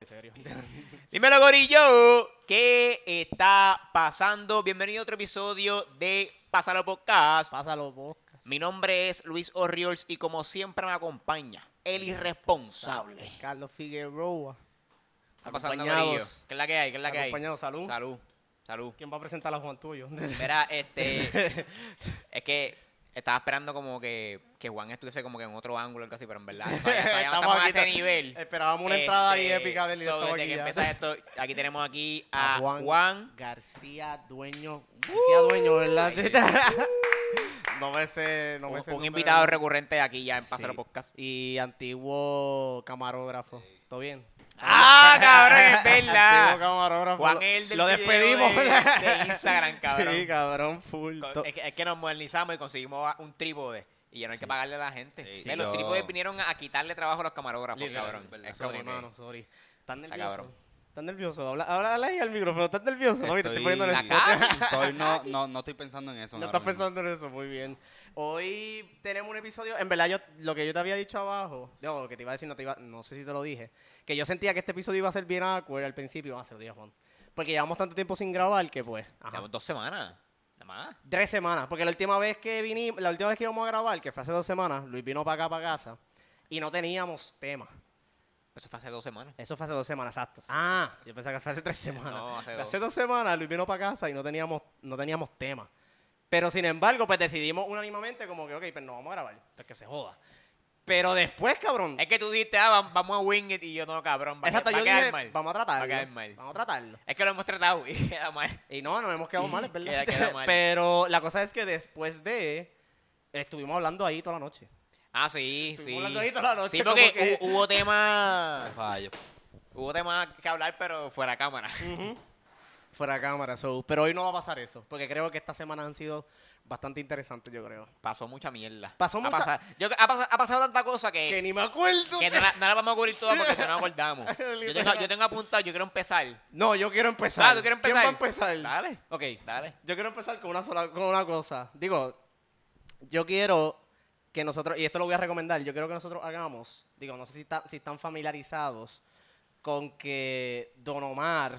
serio. Dímelo, Gorillo, ¿qué está pasando? Bienvenido a otro episodio de Pásalo Podcast. Pásalo, podcast. Mi nombre es Luis Orriols y como siempre me acompaña el irresponsable. Carlos Figueroa. Está pasando, Gorillo. ¿Qué es la que hay? ¿Qué es la que hay? Acompañado, salud. Salud. Salud. ¿Quién va a presentar a Juan Tuyo? Mira, este. es que estaba esperando como que, que Juan estuviese como que en otro ángulo o algo así, pero en verdad. Todavía, todavía no estamos a ese nivel. Esperábamos una Este, entrada ahí épica del so, director desde que aquí ¿eh? ya. empieza esto, aquí tenemos aquí A a, Juan. Juan García Dueño. García Dueño, ¿verdad? no me sé, no me un, sé un nombre, invitado ¿verdad? recurrente aquí ya en Sí. Pásalo Podcast. Y antiguo camarógrafo. ¿Todo bien? ¡Ah, cabrón! Es Antiguo verdad. camarógrafo. Juan es el del Lo video despedimos. de, de Instagram, cabrón. Sí, cabrón, full. Con- To- es, que, es que nos modernizamos y conseguimos a- un trípode. Y ya no hay que pagarle a la gente. Sí, Eh, sí, los yo- trípodes vinieron a, a quitarle trabajo a los camarógrafos, Literal, cabrón. es verdad. Es como Sorry, que- mano, sorry. ¿Estás nervioso? cabrón. ¿Estás nervioso? Habla, háblale ahí al micrófono. ¿Estás nervioso? No, te estoy poniendo en el spot. estoy, no, no, no estoy pensando en eso. No ahora estás mismo. pensando en eso, muy bien. Hoy tenemos un episodio, en verdad yo, lo que yo te había dicho abajo, no, lo que te iba a decir, no, te iba, no sé si te lo dije, que yo sentía que este episodio iba a ser bien awkward al principio, Ah, va a ser día Juan, porque llevamos tanto tiempo sin grabar que pues, ajá, Llevamos dos semanas. Nada más. tres semanas, porque la última vez que vinimos, la última vez que íbamos a grabar, que fue hace dos semanas, Luis vino para acá, para casa, y no teníamos tema. Eso fue hace dos semanas. Eso fue hace dos semanas, exacto. Ah, yo pensaba que fue hace tres semanas. No, hace hace dos. dos semanas Luis vino para casa y no teníamos, no teníamos tema. Pero sin embargo, pues decidimos unánimamente como que, ok, pues no vamos a grabar, pues que se joda. Pero después, cabrón. Es que tú dijiste, ah, vam- vamos a wing it. Y yo, no, cabrón. Va, a- Mm. exacto, va yo a quedar dije, mal. vamos a Va tratarlo. a quedar mal. Vamos a tratarlo. Es que lo hemos tratado y ah, queda mal. Y no, nos hemos quedado mal, es verdad. Queda- queda mal. Pero la cosa es que después de, estuvimos hablando ahí toda la noche. Ah, sí, Estuvimos sí. hablando ahí toda la noche, sí, porque como que- hu- hubo temas. Fallo. Hubo temas que hablar, pero fuera cámara. Mm. Fuera de cámara, so. Pero hoy no va a pasar eso, porque creo que estas semanas han sido bastante interesantes, yo creo. Pasó mucha mierda. Pasó Ha mucha- pasado- yo- ha, pasado, ha pasado tanta cosa que. Eh, Que ni me acuerdo. que no la, no la vamos a cubrir toda porque no nos acordamos. Yo tengo, yo tengo apuntado, yo quiero empezar. No, yo quiero empezar. Ah, ¿tú quieres empezar? ¿Quién va a empezar? Dale, Ok, dale. yo quiero empezar con una sola, con una cosa. Digo, yo quiero que nosotros, y esto lo voy a recomendar, yo quiero que nosotros hagamos, digo, no sé si, está- si están familiarizados con que Don Omar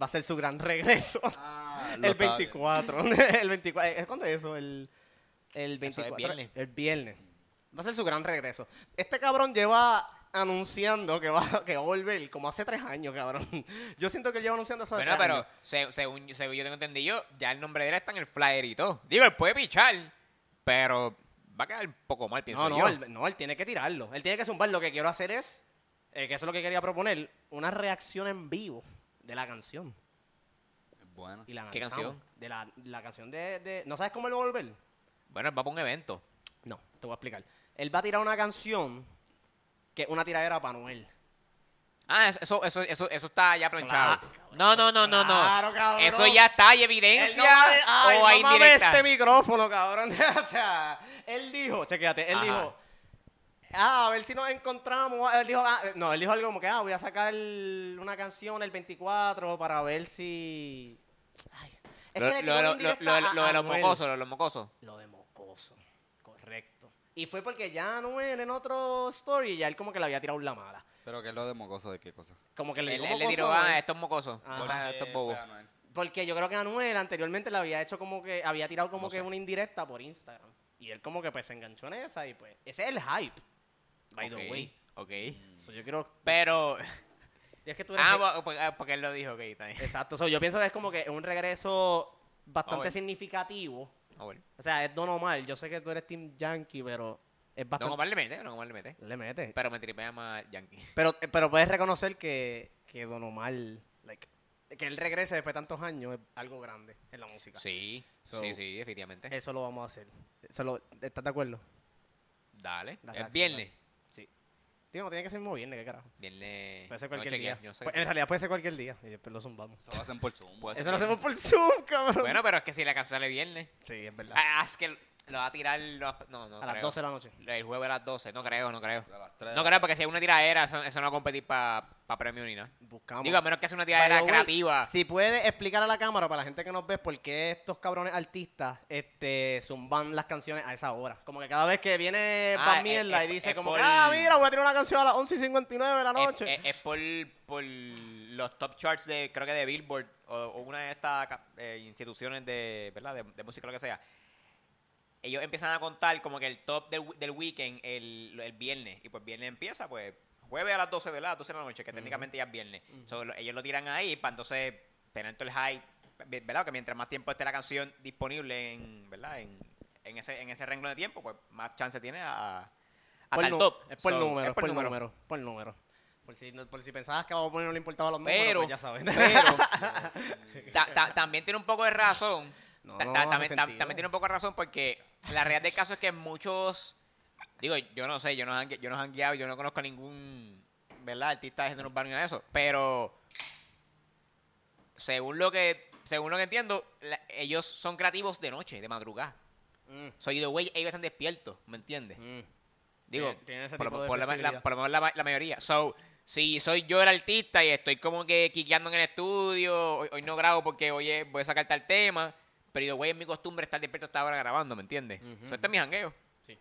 va a ser su gran regreso Ah, lo el estaba- 24. el 24, ¿eh, ¿cuándo es eso? El, el Eso es 24. viernes. El viernes. Va a ser su gran regreso. Este cabrón lleva anunciando que va, que va a volver como hace tres años, cabrón. Yo siento que él lleva anunciando eso hace Bueno, tres años. pero se- según, según yo tengo entendido, ya el nombre de él está en el flyer y todo. Digo, él puede pichar, pero va a quedar un poco mal, pienso No, no, yo. él, no, él tiene que tirarlo. Él tiene que zumbar. Lo que quiero hacer es, eh, que eso es lo que quería proponer, una reacción en vivo de la canción. Bueno. Y la ¿Qué analizamos. canción? De la, la canción de, de- ¿No sabes cómo él va a volver? Bueno, él va para un evento. No, te voy a explicar. Él va a tirar una canción que es una tiradera para Noel. Ah, eso, eso, eso, eso, eso está ya planchado. Claro, cabrón, no, no, no, no, no. claro, cabrón. Eso ya está, hay Él no evidencia va a- ay, o no hay mames directa. este micrófono, cabrón. o sea, él dijo, chequéate, él Ajá. dijo, ah, a ver si nos encontramos. Él dijo, ah, no, él dijo algo como que, ah, voy a sacar una canción el 24 para ver si... Ay, es Lo, que le lo- tiró lo- una indirecta lo- a- lo de a los Anuel. mocosos, lo de los mocosos. Lo de mocoso, correcto. Y fue porque ya Anuel en otro story, ya él como que le había tirado la mala. Pero que es lo de mocoso de qué cosa. Como que le, Él, dijo él le mocoso tiró ah, Anuel. a estos mocosos. Ajá. Ah, estos bobos. fue Anuel. Porque yo creo que Anuel anteriormente le había hecho como que, había tirado como No que sé. una indirecta por Instagram. Y él como que pues se enganchó en esa y pues, ese es el hype. By the Ok, way. Ok. So, yo creo, Pero. y es que tú eres... Ah, re- bo- porque, ah, porque él lo dijo, ok, está bien. Exacto, so, yo pienso que es como que un regreso bastante Vamos a ver. significativo. Ah, bueno. O sea, es Don Omar, yo sé que tú eres Team Yankee, pero es No, bastante... Omar le mete, no, Omar le mete. Le mete. Pero me tripea más Yankee. Pero, eh, pero puedes reconocer que, que Don Omar, like, que él regrese después de tantos años es algo grande en la música. Sí, So- sí, sí, definitivamente. Eso lo vamos a hacer. Eso lo- ¿Estás de acuerdo? Dale. La Es reacción, viernes. Sí. Tío, no tiene que ser muy viernes, qué carajo. Viernes. Puede ser Eh, no, cualquier chequea, día. yo sé. Pues, en realidad puede ser cualquier día. Y después lo zumbamos. Eso lo hacen por Zoom. Puede Eso lo ser hacemos por Zoom, cabrón. Bueno, pero es que si la canción sale viernes. sí, es verdad. Ah, es que lo va a tirar. lo va- No, no. a las creo. 12 de la noche. El jueves a las 12. No creo, no creo. A las tres. No creo, porque si hay una tiradera, eso, eso no va a competir para para premio ni nada. Buscamos. Digo, a menos que sea una By the tiradera way, creativa. Si puedes explicar a la cámara, para la gente que nos ve, por qué estos cabrones artistas este, zumban las canciones a esa hora. Como que cada vez que viene Ah, Pan es- Mierda es- y dice es como, por- Eh, que, ah, mira, voy a tirar una canción a las 11 y 59 de la Es- noche. Es, es por, por los top charts de, creo que de Billboard o, o una de estas ca- eh, instituciones de, ¿verdad? De, de música, lo que sea. Ellos empiezan a contar como que el top del, wi- del weekend el, el viernes. Y pues viernes empieza, pues jueves a las 12, ¿verdad? 12 de la noche, que técnicamente ya es viernes. So, lo- ellos lo tiran ahí para entonces tener todo el hype, ve- ¿verdad? Que mientras más tiempo esté la canción disponible en, ¿verdad? En, en ese, en ese renglón de tiempo, pues más chance tiene a, a por tal nu- top. es por So, número, es por número. por número. Por si, no- por si pensabas que a Bob Bunny no le importaban los números, Pero- pues ya sabes. Pero ta- ta- también tiene un poco de razón. No, Ta- no ta- hace también, ta- sentido. también tiene un poco de razón porque la realidad del caso es que muchos. Digo, yo no sé, yo no han, yo no han guiado, yo no conozco ningún. ¿Verdad? Artista de género urbano ni nada de eso. Pero. Según lo que. Según lo que entiendo, la- ellos son creativos de noche, de madrugada. Mm, Soy de güey, ellos están despiertos, ¿me entiendes? mm. Digo, Tienen- tienen ese por, lo- tipo de por lo- la- flexibilidad. por lo menos la, ma- la mayoría. So, si soy yo el artista y estoy como que quiqueando en el estudio, hoy, hoy no grabo porque hoy es- voy a sacar tal tema, pero yo, güey, es mi costumbre estar despierto hasta ahora grabando, ¿me entiendes? Ujú. So, este es mi jangueo. Sí.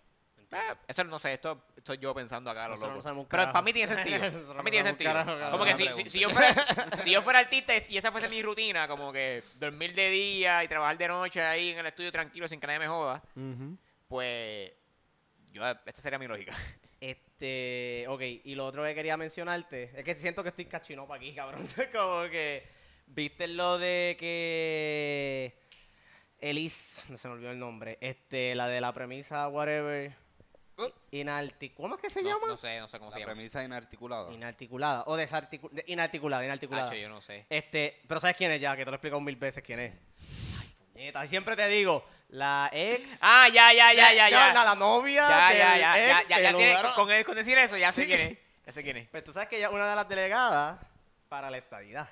Ah, eso no sé, esto estoy yo pensando acá a lo Nosotros no loco. sabemos un pero carajo. para mí tiene sentido. Nosotros para no mí tiene sabemos un sentido. carajo, cabrón. como que Una si, si, si pregunta. yo fuera, si yo fuera artista y esa fuese mi rutina, como que dormir de día y trabajar de noche ahí en el estudio tranquilo sin que nadie me joda, pues yo esa sería mi lógica. Este, ok, y lo otro que quería mencionarte es que siento que estoy cachinopa aquí, cabrón. Como que, viste lo de que Elise, no se me olvidó el nombre, este, la de la premisa, whatever, Uh, inartic, ¿cómo es que se no, llama? no sé, no sé cómo La se llama. premisa inarticulada. Inarticulada, o desarticulada, inarticulada, inarticulada. Hacho, yo no sé. Este, pero ¿sabes quién es ya? Que te lo he explicado mil veces quién es. Ay, puñeta, siempre te digo, la ex... Ah, ya, ya, ya, ya, la- ya. Este La, la novia ya, del ya, ya, ya, ex ya, del ya tiene- lugar- con, con decir eso ya sé Sí. quién es. Ya sé quién es. Pero Pues, tú sabes que ella es una de las delegadas para la estadidad.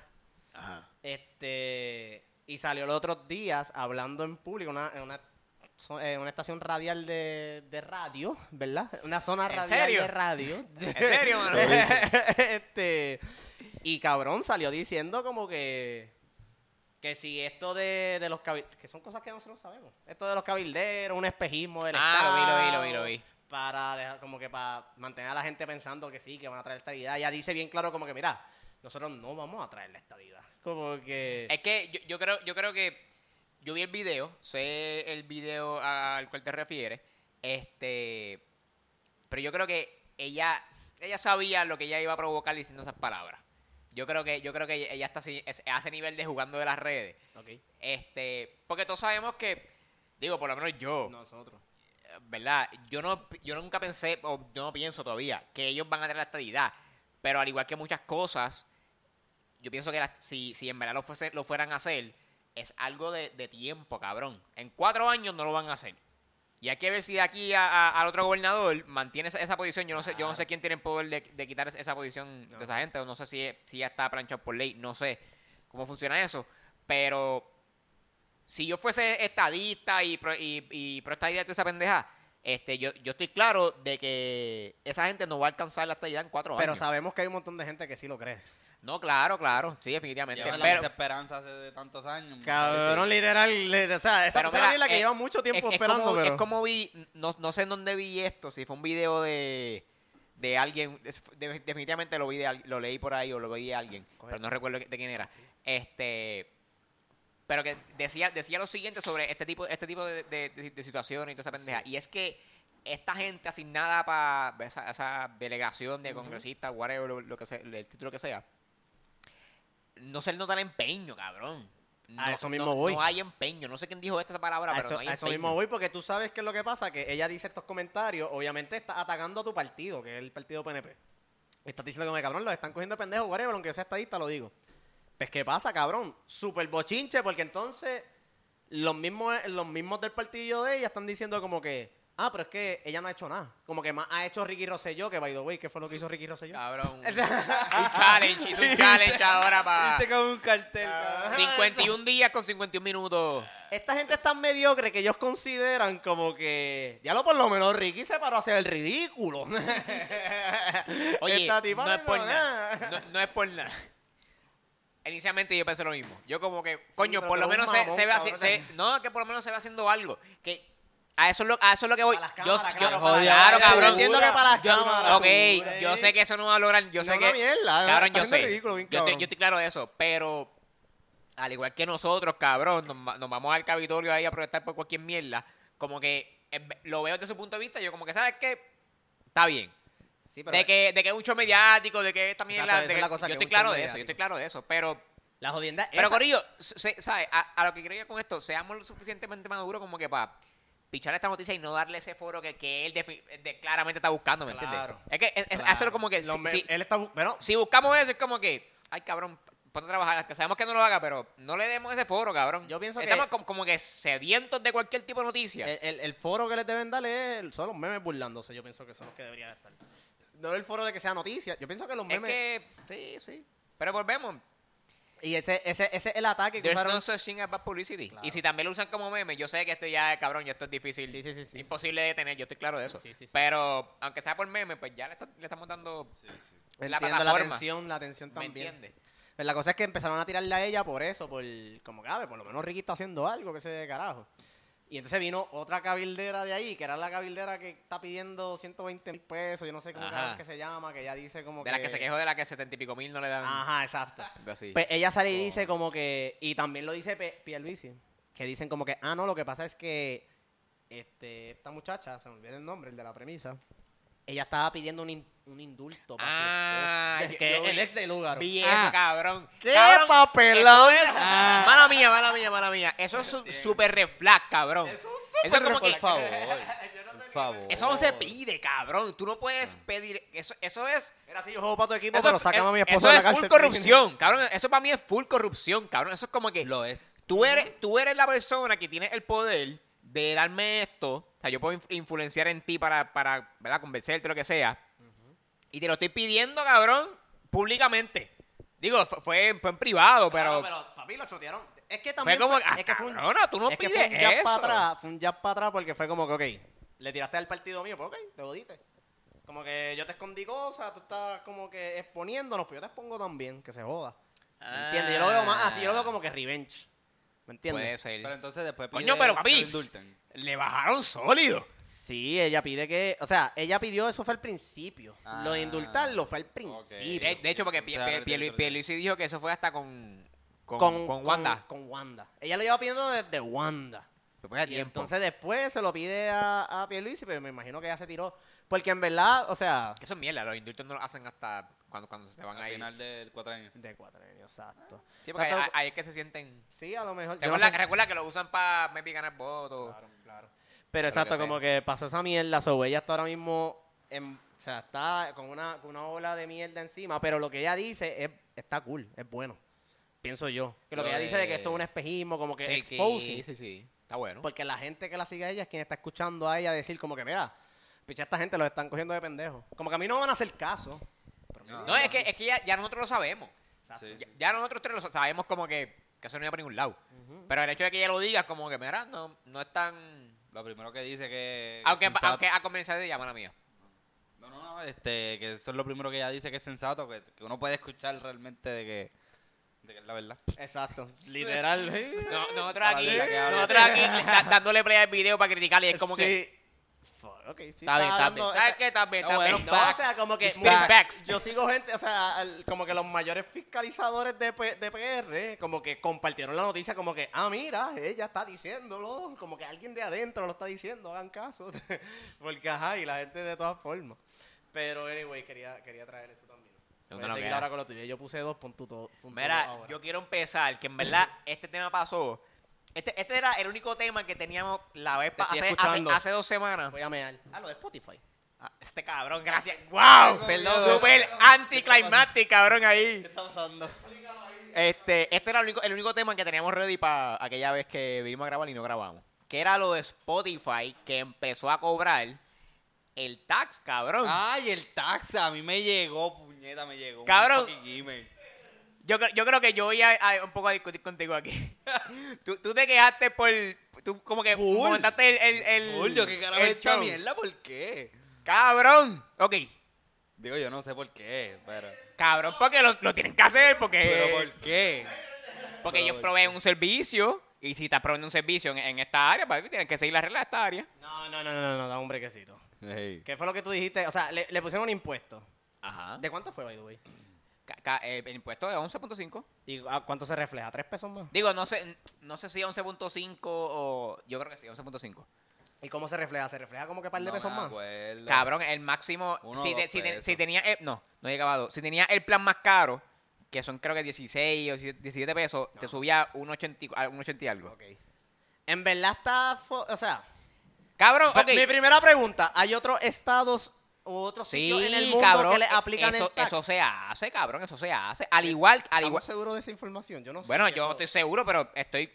Ajá. Este, y salió los otros días hablando en público, una, en una, so- eh, una estación radial de, de radio, ¿verdad? Una zona ¿En radial serio? de radio. ¿En serio, mano? este, y cabrón salió diciendo como que que si esto de, de los cabilderos, que son cosas que nosotros sabemos, esto de los cabilderos, un espejismo del Ah, lo vi, lo vi, lo vi, Estado, lo vi. Para dejar, como que para mantener a la gente pensando que sí, que van a traer estadidad. Ella dice bien claro como que, mira, nosotros no vamos a traer la Eh. estadidad. Como que... Es que yo, yo creo, yo creo que yo vi el video, sé el video al cual te refieres, este, pero yo creo que ella, ella sabía lo que ella iba a provocar diciendo esas palabras. Yo creo que, yo creo que ella está así, es- a ese nivel de jugando de las redes. Ok. Este, porque todos sabemos que, digo, por lo menos yo, Nosotros. ¿verdad? Yo no, yo nunca pensé, o yo no pienso todavía, que ellos van a tener la estadidad. Pero al igual que muchas cosas, yo pienso que la- si, si en verdad lo, fuese- lo fueran a hacer, es algo de, de tiempo, cabrón. En cuatro años no lo van a hacer. Y hay que ver si de aquí a- a- al otro gobernador mantiene esa, esa posición. Yo no sé, yo no sé quién tiene el poder de, de quitar es- esa posición No. de esa gente. o No sé si, es- si ya está planchado por ley. No sé cómo funciona eso. Pero si yo fuese estadista y pro, y, y pro estadista y toda esa pendeja, este, yo, yo estoy claro de que esa gente no va a alcanzar la estadidad en cuatro Pero años. sabemos que hay un montón de gente que sí lo cree. No, claro, claro. Sí, definitivamente. Llevan la Pero, desesperanza hace de tantos años. Este, Cabrón, literal. le- o sea, esa Pero persona mira, es la que eh, lleva mucho tiempo es, es esperando, como, pero... es como vi, no, no sé en dónde vi esto, si fue un video de, de alguien, es- de- definitivamente lo vi de al- lo leí por ahí o lo vi de alguien, Coge. pero no recuerdo de quién era. Este pero que decía, decía lo siguiente sobre este tipo, este tipo de, de- de- de situaciones y toda esa pendeja. Y es que esta gente asignada para esa, esa delegación de congresistas, whatever, lo, lo que sea, el título que sea, no se le nota el empeño, cabrón. No, A eso mismo no- voy. No hay empeño. No sé quién dijo esta palabra, A pero eso, no hay a empeño. eso mismo voy, porque tú sabes qué es lo que pasa, que ella dice estos comentarios, obviamente está atacando a tu partido, que es el partido PNP. Estás diciendo como, cabrón, los están cogiendo de pendejos, whatever, aunque sea estadista, lo digo. Pues, ¿qué pasa, cabrón? Súper bochinche, porque entonces los mismos, los mismos del partido de ella están diciendo como que, ah, pero es que ella no ha hecho nada. Como que más ha hecho Ricky Rosselló, que by the way, ¿qué fue lo que hizo Ricky Rosselló? Cabrón. un challenge, hizo un challenge ahora para Dice que es un cartel, Ah. cabrón. 51 días con 51 minutos. Esta gente es tan mediocre que ellos consideran como que. Ya lo por lo menos Ricky se paró a hacer el ridículo. Oye, Esta tipa no es por hizo nada. nada. No, no es por nada. Inicialmente yo pensé lo mismo. Yo como que, coño, pero por lo tú eres menos un se, mamón, se ve así. cabrón. se- no, que por lo menos se ve haciendo algo. Que a eso es lo, a eso es lo que voy. Para las yo, cámaras, yo- claro, para las claro, cámaras. cabrón. Entiendo que para las Yo- cámaras, ok, seguro. yo sé que eso no va a lograr. Yo No, sé una que. mierda, cabrón, está yo haciendo sé. Ah, ridículo, bien yo, estoy, cabrón. yo estoy claro de eso, pero al igual que nosotros, cabrón, nos, va- nos vamos al Capitolio ahí a protestar por cualquier mierda. Como que eh, lo veo desde su punto de vista. Yo como que, ¿sabes qué? Está bien Sí, pero de que de que es un show mediático de que también Exacto, la, esa de es que- la cosa, que yo es estoy un claro show de eso yo mediático. estoy claro de eso pero la jodienda es. pero esa. corillo se- se- ¿sabes? A, a lo que quiero ir con esto seamos lo suficientemente maduros como que para pichar esta noticia y no darle ese foro que, que él defi- de- claramente está buscando ¿me Claro. entiendes? es que es- es- Claro. hacerlo como que Los si, me- si- Él está. bu- Bueno, si buscamos eso es como que ay cabrón ponte a trabajar que sabemos que no lo haga pero no le demos ese foro cabrón Yo pienso que- Eh, estamos como, como que sedientos de cualquier tipo de noticia el, el- el foro que les deben dar es el- son los memes burlándose. Yo pienso que son los que deberían estar. No el foro de que sea noticia. Yo pienso que los es memes. que sí sí pero volvemos Y ese, ese, ese es el ataque que There's usaron. no such thing as bad publicity. Claro. Y si también lo usan como meme, yo sé que esto ya, cabrón, ya esto es difícil. Sí, sí, sí, sí. Imposible de tener, yo estoy claro de eso. Sí, sí, sí. Pero aunque sea por meme, pues ya le, está- le estamos dando la Entiendo la plataforma. atención, la atención ¿Me también. entiendes? Pero Pues la cosa es que empezaron a tirarle a ella por eso, por como cabe, por lo menos Ricky está haciendo algo, que se de carajo. Y entonces vino otra cabildera de ahí, que era la cabildera que está pidiendo 120 mil pesos, yo no sé cómo Ajá. carajo es que se llama, que ella dice como que... De las que se quejó de las que setenta y pico mil no le dan. Ajá, exacto. algo así. Pues ella sale y Oh. dice como que, y también lo dice Pe- Pierluisi, que dicen como que, ah, no, lo que pasa es que este, esta muchacha, se me olvidó el nombre, el de la premisa, ella estaba pidiendo un, in- un indulto para Ah, su esposo, yo- que yo el vi- ex de lugar. Vi eso, Ah. cabrón. ¡Qué Cabrón, papelón! eso es- Ah. Mala mía, mala mía, mala mía. Eso es Eh. un super red flag, cabrón. Eso es como Por que- favor. Por favor. Eso no se pide, cabrón. Tú no puedes Ah. pedir. Eso, eso es. Era así, yo juego para tu equipo, Eso, pero es- sacan a mi eso esposa de la es cárcel. full corrupción, cabrón. Eso para mí es full corrupción, cabrón. Eso es como que Lo es. tú eres, tú eres la persona que tiene el poder de darme esto. O sea, yo puedo inf- influenciar en ti para, para ¿verdad? convencerte, lo que sea. Y te lo estoy pidiendo, cabrón, públicamente. Digo, fu- fue, fue en privado, Claro, pero, pero papi lo chotearon. Es que fue también como, ah, es que fue un, cabrona, tú no es que pides fue un jab eso. para atrás, fue un jab para atrás porque fue como que, ok, le tiraste al partido mío, pues ok, te jodiste. Como que yo te escondí cosas, tú estás como que exponiéndonos, pues yo te expongo también, que se joda. Ah. ¿Me entiendes? Yo lo veo más así, yo lo veo como que revenge. ¿Me entiendes? Puede ser. Pero entonces después Coño, piden pero, que papi. lo indulten. Le bajaron sólido. Sí, ella pide que, o sea, ella pidió eso fue al principio. Ah. lo de indultarlo fue al principio. De, de hecho, porque O Pie- sea, Pie- retiro, Pierlu- retiro. Pierluisi dijo que eso fue hasta con, con, con, con Wanda. Con, Wanda. Ella lo lleva pidiendo desde Wanda. Después de Y tiempo. entonces después se lo pide a, a Pierluisi, pero me imagino que ella se tiró. Porque en verdad, o sea... Que Eso es mierda, los indultos no lo hacen hasta cuando, cuando se van a Al ir. final del cuatrienio. De cuatrenio, exacto. Sí, porque ahí- Exacto. ahí es que se sienten. Sí, a lo mejor. yo no Recuerda, sé si- recuerda que lo usan para maybe ganar votos. Claro, claro. Pero Pero exacto, que como que pasó esa mierda, so, ella está ahora mismo, en- o sea, está con una, con una ola de mierda encima, pero lo que ella dice es, está cool, es bueno, pienso yo. Que lo, Lo que ella dice de de- que esto es un espejismo, como que Sí, exposing. sí, sí. Está bueno. Porque la gente que la sigue a ella es quien está escuchando a ella decir como que, mira, picha, esta gente los están cogiendo de pendejo. Como que a mí no me van a hacer caso. Pero No. no, es que, es que ya, ya nosotros lo sabemos. Exacto. Ah, Sí, Ya, sí. ya nosotros tres lo sa- sabemos como que, que eso no iba para ningún lado. Pero el hecho de que ella lo diga es como que, mira, no, no es tan. Lo primero que dice que. Aunque, que es sensato. aunque a comenzar de llamar a mía. No, no, no, este, que eso es lo primero que ella dice que es sensato, que, que uno puede escuchar realmente de que, de que es la verdad. Exacto, literal. No, nosotros aquí, Maldita que habla. nosotros aquí da- dándole play al video para criticarle y es como que. Fuck, ok, sí, Está bien, está bien. hablando- Ah, es que está bien, No, está bueno, bien. No, o sea, como que Facts. mira, Facts. yo sigo gente, o sea, al- como que los mayores fiscalizadores de, P- de PR, como que compartieron la noticia, como que, ah, mira, ella está diciéndolo, como que alguien de adentro lo está diciendo, hagan caso, porque ajá, y la gente de todas formas. Pero, anyway, quería, quería traer eso también. No, Voy a no, seguir mira. ahora con lo tuyo. Yo puse dos, pon tu to- pon tu dos Mira, ahora. yo quiero empezar, que en verdad este tema pasó. Este, este era el único tema que teníamos la vez pa- estoy hace, hace, escuchando. hace dos semanas. Pues, voy a mear. Ah, lo de Spotify. Ah, Este cabrón, gracias. ¡Wow! Perdón. Súper anticlimatic, cabrón, ahí. está pasando? Este, este era el único, el único tema que teníamos ready para aquella vez que vinimos a grabar y no grabamos. que era lo de Spotify que empezó a cobrar el tax, cabrón. Ay, el tax, a mí me llegó, puñeta, me llegó. un Cabrón. fucking email. Yo, cre- yo creo que yo voy a, a- un poco a discutir contigo aquí. tú, tú te quejaste por... Tú como que Full. montaste el... el, el Full, yo, ¿qué carajo el es esta show. mierda? ¿Por qué? Cabrón. Ok. Digo, yo no sé por qué, Eh. pero... Cabrón, porque lo, lo tienen que hacer, porque... ¿Pero por qué? Porque Pero ellos ¿por proveen un servicio y si estás proveyendo un servicio en, en esta área, para tienes que seguir las reglas de esta área. No, no, no, no, no, no, hombre, quesito. ¿Qué fue lo que tú dijiste? O sea, le, le pusieron un impuesto. Ajá. ¿De cuánto fue, by the way? eh, el impuesto de 11.5. ¿Y a cuánto se refleja? ¿Tres pesos más? Digo, no sé, no sé si 11.5 o yo creo que sí, 11.5. ¿Y cómo se refleja? ¿Se refleja como que un par de No pesos me más? acuerdo. Cabrón, el máximo Uno si, o te- dos si, te- pesos. si tenía el- no, no llegaba a dos. Si tenía el plan más caro, que son creo que 16 o 17 pesos, te subía a 1.80 a 1.80 y algo. Ok. En verdad está... fo- O sea... Cabrón, Pe- ok. Mi primera pregunta, ¿hay otros estados u otros Sí, sitios en el mundo cabrón, que le aplican eso, el tax? eso se hace, cabrón, eso se hace. Al igual, al igual, ¿Estamos seguros de esa información? Yo no sé. Bueno, si yo eso- estoy seguro, pero estoy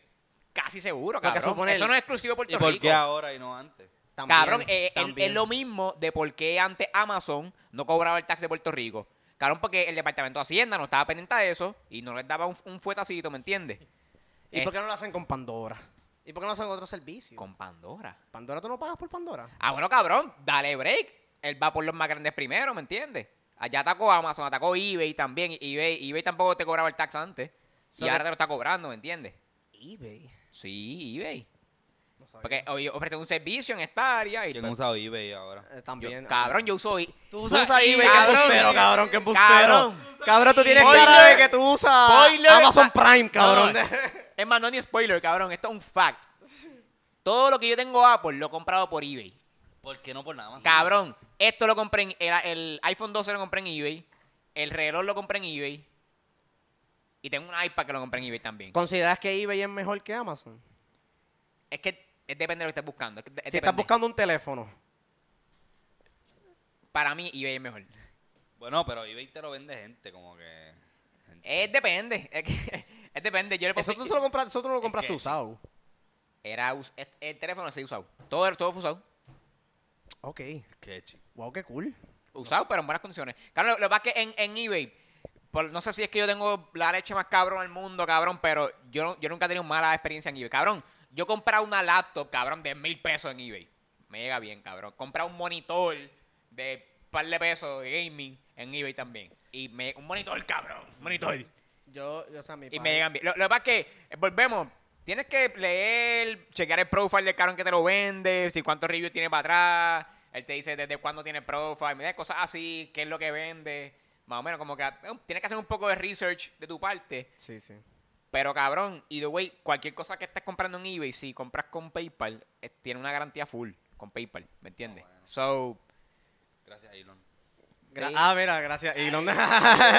casi seguro, Porque cabrón. supone Eso el- no es exclusivo de Puerto ¿Y por Rico. qué ahora y no antes? También, Cabrón, eh, el- también. es lo mismo de por qué antes Amazon no cobraba el tax de Puerto Rico. Cabrón, porque el Departamento de Hacienda no estaba pendiente de eso y no les daba un, un fuetacito, ¿me entiendes? ¿Y por qué no lo hacen con Pandora? ¿Y por qué no lo hacen con otros servicios? eh. Con Pandora. Pandora tú no pagas por Pandora. Ah, bueno, cabrón, dale break. Él va por los más grandes primero, ¿me entiendes? Allá atacó Amazon, atacó eBay también. y eBay, eBay tampoco te cobraba el tax antes. So y ahora que- te lo está cobrando, ¿me entiendes? eBay. Sí, eBay. No sabía. Porque oye, ofrecen un servicio en esta área y ¿Quién pues, usa eBay ahora? Eh, Yo- también. cabrón, yo uso. Tú usas usas eBay, eBay, qué cabrón. embustero, cabrón, qué embustero. Cabrón. Cabrón, tú tienes Spoiler. cara de que tú usas Spoiler. Amazon Prime, cabrón. No, es más, no es ni spoiler, cabrón. Esto es un fact. Todo lo que yo tengo Apple lo he comprado por eBay. ¿Por qué no por nada más? Cabrón, esto lo compré en. El, el iPhone 12 lo compré en eBay. El reloj lo compré en eBay. Y tengo un iPad que lo compré en eBay también. ¿Consideras que eBay es mejor que Amazon? Es que es depende de lo que estés buscando. es que- es Si estás depende. buscando un teléfono. Para mí, eBay es mejor. Bueno, pero eBay te lo vende gente, como que... gente- Es depende. Es, que- es depende. Yo le puedo Eso tú, se lo compras, eso tú no lo compraste que- usado. Era us- el, el teléfono se usado. Todo, todo fue usado. Ok. Qué chido. Wow, qué cool. Usado, pero en buenas condiciones. Claro, lo, lo que pasa es que en, en eBay, por- no sé si es que yo tengo la leche más cabrón del mundo, cabrón, pero yo, no- yo nunca he tenido mala experiencia en eBay. Cabrón, yo compré una laptop, cabrón, de mil pesos en eBay. Me llega bien, cabrón. Compré un monitor de par de pesos de gaming en eBay también. Y me, un monitor, cabrón, un monitor. Yo, yo, o sea, mi Y padre- me llegan bien. Lo, lo que pasa es que, eh, volvemos, tienes que leer, chequear el profile del cabrón que te lo vende, si cuántos reviews tiene para atrás. Él te dice desde cuándo tiene el profile, mira, cosas así, qué es lo que vende. Más o menos, como que eh, tienes que hacer un poco de research de tu parte. Sí, sí. Pero cabrón, y de way, cualquier cosa que estés comprando en eBay, si compras con PayPal, eh, tiene una garantía full con PayPal, ¿me entiendes? So, Gracias, Elon. Gra- Sí. ah, mira, gracias, Elon.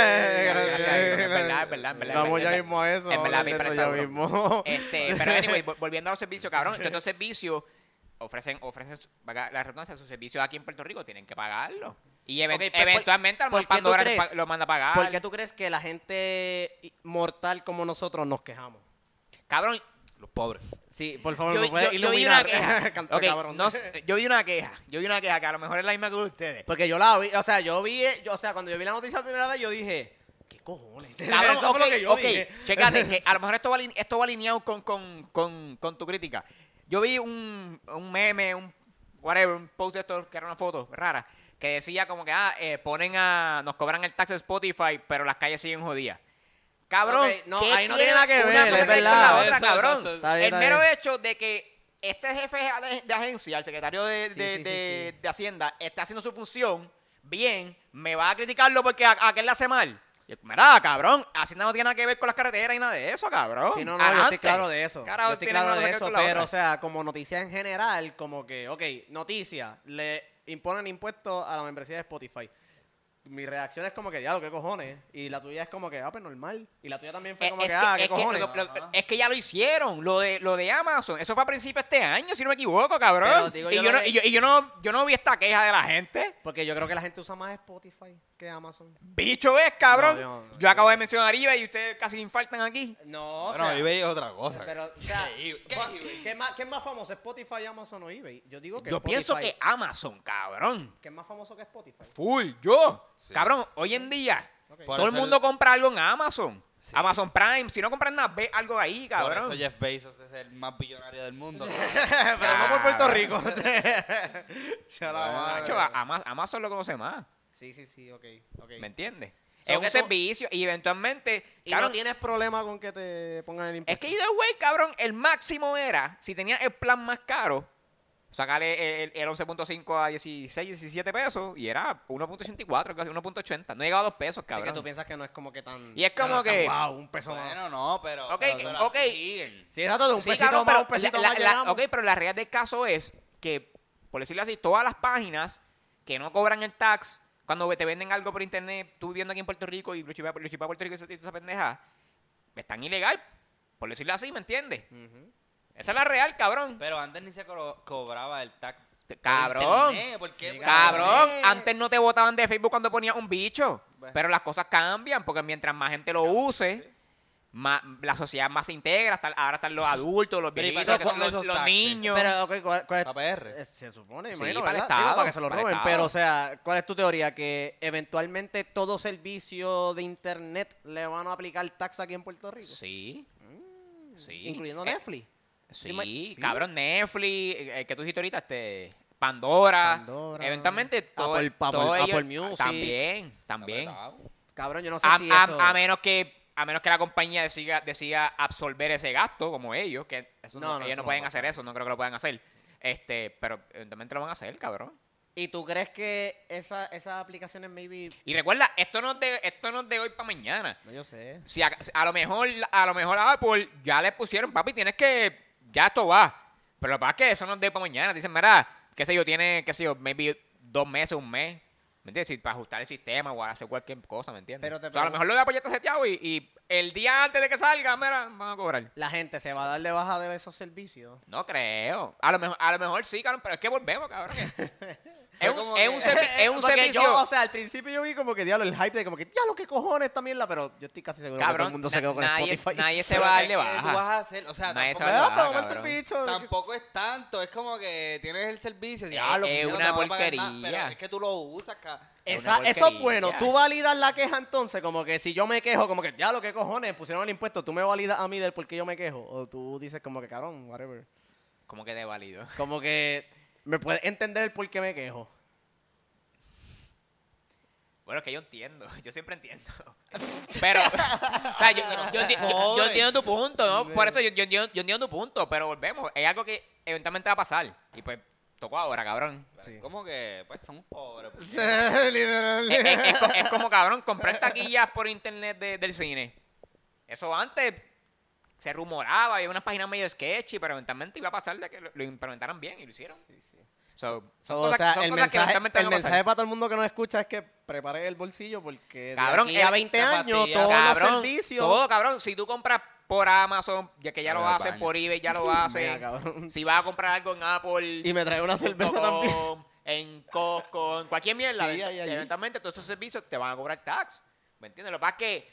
gracias, a Elon, es verdad, es verdad, es verdad, Vamos es ya verdad. mismo a eso. Es verdad, vamos a PayPal eso está ya duro. mismo. Este, pero anyway, vol- volviendo a los servicios, cabrón, entonces los servicios ofrecen, ofrecen su- vaga- la redundancia, sus servicios aquí en Puerto Rico tienen que pagarlo. Y event- Ok, pues, ¿por- eventualmente a lo por mejor qué tú Pandora crees? pa- lo manda a pagar. ¿Por qué tú crees que la gente i- mortal como nosotros nos quejamos? Cabrón, Los pobres. Sí, por favor, yo, me vi- puedes yo- yo vi una iluminar. queja. Canto Ok, cabrón. no sé, yo vi una queja, yo vi una queja que a lo mejor es la misma que ustedes. Porque yo la vi, o sea, yo vi, yo, o sea, cuando yo vi la noticia la primera vez, yo dije, ¿qué cojones? Cabrón, Eso fue lo ok, que yo ok, dije. chécate, que a lo mejor esto va, aline- esto va alineado con, con, con, con tu crítica. Yo vi un, un meme, un whatever, un post de esto, que era una foto rara, que decía como que, ah, eh, ponen a, nos cobran el tax de Spotify, pero las calles siguen jodidas. Cabrón, Ok, no, ¿qué ahí no tiene nada que una ver, cosa es con verdad. la otra, Eso, cabrón? eso, eso. Está bien, el está mero bien. hecho de que este jefe de ag- de agencia, el secretario de, Sí, de- sí, sí, de- sí. de Hacienda, está haciendo su función bien, me va a criticarlo porque a- a aquel la hace mal. Y yo, Mira, cabrón, Hacienda no tiene nada que ver con las carreteras y nada de eso, cabrón. Sí, no, no, yo Oh, Adelante. estoy claro de eso. Carajo, yo estoy tiene claro una de cosa eso, que ver con la pero, o otra. sea, como noticia en general, como que, ok, noticia, le imponen impuestos a la membresía de Spotify. mi reacción es como que, diablo, qué cojones. Y la tuya es como que, ah, pues normal. Y la tuya también fue Es, como Eh, es que, que, ah, es qué que cojones. lo- lo- Ajá. es que ya lo hicieron, lo de, lo de Amazon. Eso fue a principio de este año, si no me equivoco, Pero cabrón. digo, y, yo yo lo no, que- y, yo, y yo no, yo no vi esta queja de la gente. Porque yo creo que la gente usa más Spotify que Amazon. Bicho es, cabrón. No, yo yo, no, yo- acabo de mencionar eBay y ustedes casi infartan aquí. No, o Bueno, sea, eBay es otra cosa. Pero, o sea, ¿Qué eBay? ¿qué, ¿Qué eBay? más, ¿qué es más famoso, Spotify, Amazon o eBay? Yo digo que Yo pienso Spotify. que Amazon, cabrón. ¿Qué es más famoso que Spotify? Full, yo. Sí. Cabrón, hoy en día, Ok. Por todo el eso el- mundo compra algo en Amazon. Sí. Amazon Prime. Si no compran nada, ve algo ahí, Por cabrón. eso Jeff Bezos es el más billonario del mundo. Pero no por Puerto Rico. Ya la madre. Nacho, a- Ama- Amazon lo conoce más. Sí, sí, sí, ok. okay. ¿Me entiendes? So es un que son- servicio y eventualmente. Y cabrón, no tienes problema con que te pongan el Es impuesto. que either way, cabrón, el máximo era, si tenías el plan más caro, sacarle el, el 11.5 a 16, 17 pesos y era 1.84, casi 1.80. No llegaba a 2 pesos, Así cabrón. que tú piensas que no es como que tan... Y es como tan- que- Wow, un peso más. bueno, no, pero. Ok, pero- pero ok. así siguen. Sí, exacto, de un Sí, pesito cabrón, más, pero un pesito la- más la- la- llegamos. ok, pero la realidad del caso es que, por decirlo así, todas las páginas que no cobran el tax, cuando te venden algo por internet, tú viviendo aquí en Puerto Rico y lo chipas lo chipas a Puerto Rico y esa- y esa pendeja, están ilegal, por decirlo así, ¿me entiendes? Ujú. Esa es la real, cabrón. Pero antes ni se cobro- cobraba el tax. por Cabrón. internet, ¿por qué? Por Cabrón, internet. antes no te votaban de Facebook cuando ponías un bicho. Bueno. Pero las cosas cambian, porque mientras más gente lo use, más, la sociedad más se integra. hasta- ahora están los adultos, los Pero ¿y para viejitos, qué que son los, esos los taxis? niños. Pero, ok, ¿cuál, cuál es- Para PR. eh, Se supone, Sí, imagino, para el ¿verdad? Estado, Digo, para que se lo para el roben. Estado. Pero, o sea, ¿cuál es tu teoría? Que eventualmente todo servicio de internet le van a aplicar tax aquí en Puerto Rico. sí. Sí. Mm, Incluyendo Eh, Netflix. sí, Ima- sí. cabrón, Netflix, eh, eh, que tú dijiste ahorita, este, Pandora. Pandora. Eventualmente todo, Apple- Apple- todo Apple ello- Music. También, Está también. apretado. Cabrón, yo no sé A, si a- eso... a menos que a menos que la compañía decida, decida absorber ese gasto como ellos que eso no, No, no, ellos eso no no pueden pasa. hacer eso no creo que lo puedan hacer este pero eventualmente lo van a hacer cabrón ¿Y tú crees que esa- esas aplicaciones maybe... y recuerda esto no es de esto no es de hoy para mañana No, yo sé. si a, a lo mejor a lo mejor a Apple ya le pusieron papi tienes que ya esto va pero lo que pasa es que eso no es de hoy para mañana dicen mira qué sé yo tiene qué sé yo maybe dos meses un mes ¿Me entiendes? Si- Para ajustar el sistema o hacer cualquier cosa, ¿me entiendes? Pero te O sea, a lo pregun- mejor lo de Apple ya está seteado y, y el día antes de que salga, mira, van a cobrar. La gente se va a dar de baja de esos servicios. No creo. A lo mejor, a lo mejor sí, cabrón, pero es que volvemos, cabrón. es Fue un, como es que- un, servi- es un Porque servicio. Yo, o sea, al principio yo vi como que diablo el hype de como que diablo qué cojones esta mierda, pero yo estoy casi seguro que todo cabrón, el mundo se quedó con na- nadie, Spotify. nadie se Pero va a darle ¿qué- qué baja. tú vas a hacer? O sea, Nadie se Ah, tampoco, va a te va a muerto cabrón. el bicho. tampoco es tanto. Es como que tienes el servicio. es es una porquería. pero es que tú lo usas, ca- Es Esa- una eso es bueno. porquería. Tú validas la queja entonces, como que si yo me quejo, como que ya lo que cojones pusieron el impuesto, tú me validas a mí del por qué yo me quejo. O tú dices como que cabrón, whatever. Como que de válido. Como que me puedes entender el por qué me quejo. Bueno, es que yo entiendo. Yo siempre entiendo. Pero, o sea, yo, yo enti- yo entiendo tu punto, ¿no? Por eso yo, yo, yo- yo entiendo tu punto, pero volvemos. Es algo que eventualmente va a pasar. Y pues, tocó ahora, cabrón. Pero Sí. es Como que, pues, somos pobres. pues. Literal. es, es- es co- es como, cabrón, comprar taquillas por internet de- del cine. Eso antes se rumoraba, había unas páginas medio sketchy, pero eventualmente iba a pasar de que lo, lo implementaran bien y lo hicieron. So, son So, cosas, o sea, son el cosas que mensaje, eventualmente el van a pasar. mensaje para todo el mundo que nos escucha es que prepare el bolsillo porque de Cabrón, aquí a el- 20 la años pastilla, todos los cabrón, servicios todo, cabrón. Si tú compras por Amazon, ya que ya Ahora lo va al hacen, baño. por eBay ya lo Mira, hacen. cabrón. si vas a comprar algo en Apple, Y me trae una cerveza punto com, también. En Costco, en cualquier mierda. Sí, event- ahí, ahí. Eventualmente todos esos servicios te van a cobrar tax. ¿Me entiendes? Lo que pasa es que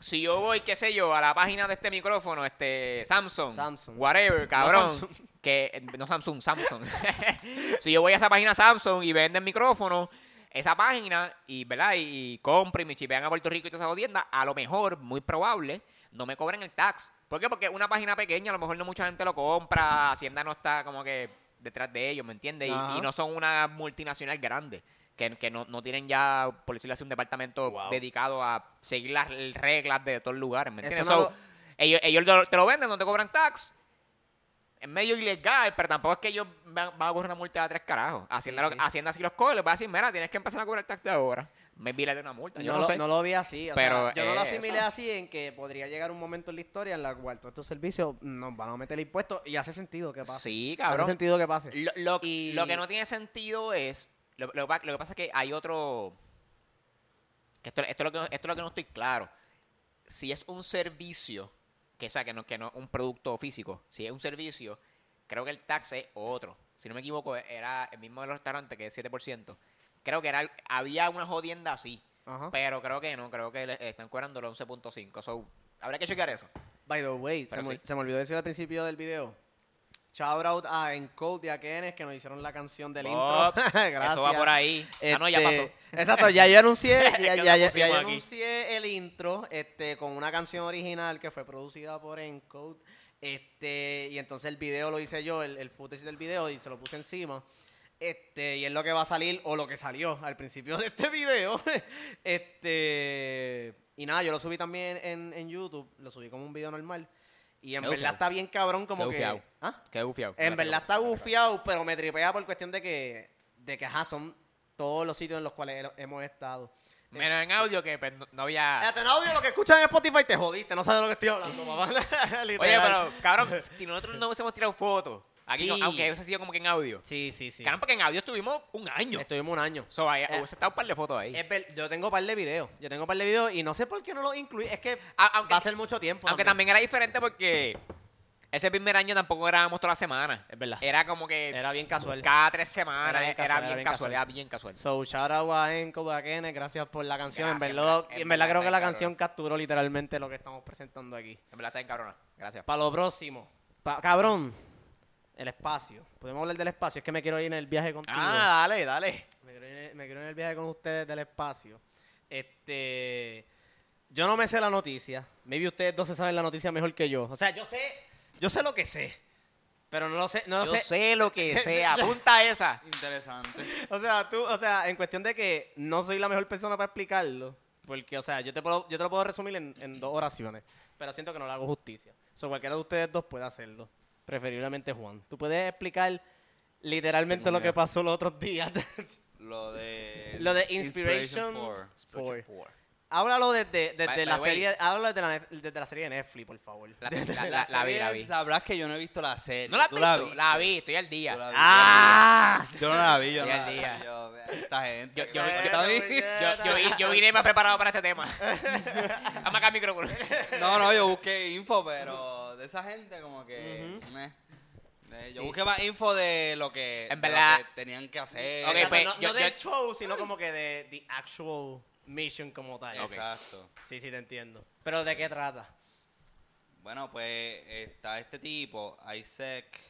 si yo voy, qué sé yo, a la página de este micrófono, este Samsung, Samsung. whatever, cabrón. Samsung. Que, eh, no Samsung, Samsung. si yo voy a esa página Samsung y venden micrófonos, esa página, y ¿verdad? Y, y compro y me chipean a Puerto Rico y todas esas tiendas, a lo mejor, muy probable, no me cobren el tax. ¿Por qué? Porque es una página pequeña, a lo mejor no mucha gente lo compra, Hacienda no está como que detrás de ellos, ¿me entiendes? Y, Ajá. y no son una multinacional grande, que, que no, no tienen ya, por decirlo así, un departamento Wow. dedicado a seguir las reglas de todos los lugares, ¿me Eso entiendes? no So, ellos, ellos te lo- te lo venden, no te cobran tax, es medio ilegal, pero tampoco es que ellos van, van a cobrar una multa de tres carajos. Hacienda, sí. Lo, Hacienda si los coge, les va a decir, mira, tienes que empezar a cobrar tax de ahora. Me vi de una multa. no, Yo no, lo, sé. no lo vi así. o Pero sea, yo no lo es asimilé eso. así en que podría llegar un momento en la historia en la cual todos estos servicios nos van a meter impuestos y hace sentido que pase. sí, hace cabrón. sentido que pase. Lo, lo- Y- lo que no tiene sentido es. Lo, lo que pa- lo que pasa es que hay otro. que esto, esto, es lo que, no- esto es lo que no estoy claro. Si es un servicio, que o sea, que no, que no es un producto físico, si es un servicio, creo que el tax es otro. Si no me equivoco, era el mismo de los restaurantes, que es 7%. Creo que era, había una jodienda así, Ajá. pero creo que no, creo que le están cobrando el 11.5. So, habría que chequear eso. By the way, se Pero me, sí. se me olvidó decir al principio del video. Shout out a Encode y a Kenes que nos hicieron la canción del Bob, intro. Gracias. Eso va por ahí. Ah, no, ya Este, pasó. Exacto, ya yo anuncié, Es que ya, lo ya- ya- pusimos ya yo aquí. anuncié el intro este, con una canción original que fue producida por Encode. Este, y entonces el video lo hice yo, el, el footage del video, y se lo puse encima. Este, y es lo que va a salir, o lo que salió al principio de este video. este, y nada, yo lo subí también en, en YouTube, lo subí como un video normal. Y en Qué verdad bufiao. está bien cabrón, como Qué que. bufiao. ¿Ah? Qué gufiado. En verdad está gufiado, pero me tripea por cuestión de que, de que ajá, son todos los sitios en los cuales he- hemos estado. Menos en audio que pues, no- no había... Fíjate, en audio lo que escuchas en Spotify te jodiste, no sabes de lo que estoy hablando, papá. Oye, Literal. pero cabrón, si nosotros no hubiésemos tirado fotos, aquí, no- Sí. aunque hubiese sido como que en audio. Sí, sí, Eh, sí. Caramba, que en audio estuvimos un año. Estuvimos un año. So, ahí, hubiese estado un par de fotos ahí. Es ver- yo tengo un par de videos. Yo tengo un par de videos y no sé por qué no los incluí. Es que A- aunque- va a ser mucho tiempo. Aunque también era diferente porque ese primer año tampoco grabamos toda la semana. Es verdad. Era como que. Era bien casual. Cada tres semanas. Era Era bien bien, casual, era bien casual, casual. era bien casual. So, shout out a Enco, a Kenneth, gracias por la canción. Gracias, en verdad, en en verdad creo verdad, que la cabrón. canción capturó literalmente lo que estamos presentando aquí. En verdad está en cabrona. Gracias. Para lo próximo. Pa- cabrón, el espacio. Podemos hablar del espacio. Es que me quiero ir en el viaje contigo. Ah, dale, dale. Me quiero, ir, me quiero ir en el viaje con ustedes del espacio. Este. Yo no me sé la noticia. Maybe ustedes dos se saben la noticia mejor que yo. O sea, yo sé. Yo sé lo que sé. Pero no lo sé. No lo Yo sé. sé lo que sea. Yo- Apunta esa. Interesante. O sea, tú, o sea, en cuestión de que no soy la mejor persona para explicarlo. Porque, o sea, yo te puedo, yo te lo puedo resumir en, en dos oraciones. Pero siento que no le hago justicia. O sea, cualquiera de ustedes dos puede hacerlo. Preferiblemente Juan. Tú puedes explicar literalmente Tengo lo que miedo. pasó los otros días. Lo de. lo de Inspiration, Four. 4. Háblalo desde, desde By- by la the way. serie, háblalo desde la, desde la serie de Netflix, por favor. La, la- la- la vi, la vi. Sabrás que yo no he visto la serie. ¿No la has ¿Tú visto? viste? La vi, estoy al día. Tú la viste. ¡Ah! Yo no la vi, yo no Día la al vi. día. Yo, esta gente. Yo- yo- ¿Está yo- bien? Yo, yo, vi- yo vine más preparado para este tema. Vamos acá el micrófono. No, no, yo busqué info, pero de esa gente como que... meh. Eh, Yo Sí. busqué más info de lo que, En de lo verdad. que tenían que hacer. Ok, Exacto, pues, no, yo- no del yo- show, sino como que de the actual mission como tal. Ok. Exacto. Sí, sí, te entiendo. Pero ¿de qué trata? Bueno, pues está este tipo, Isaac,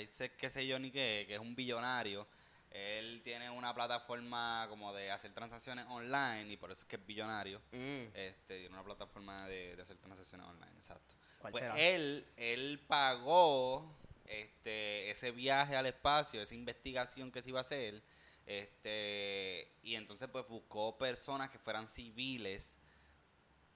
Isaac qué sé yo ni qué, que es un billonario. Él tiene una plataforma como de hacer transacciones online y por eso es que es billonario. Mm. Este, tiene una plataforma de, de hacer transacciones online, exacto. ¿Cuál Pues será? él, él pagó este, ese viaje al espacio, esa investigación que se iba a hacer, este, y entonces pues buscó personas que fueran civiles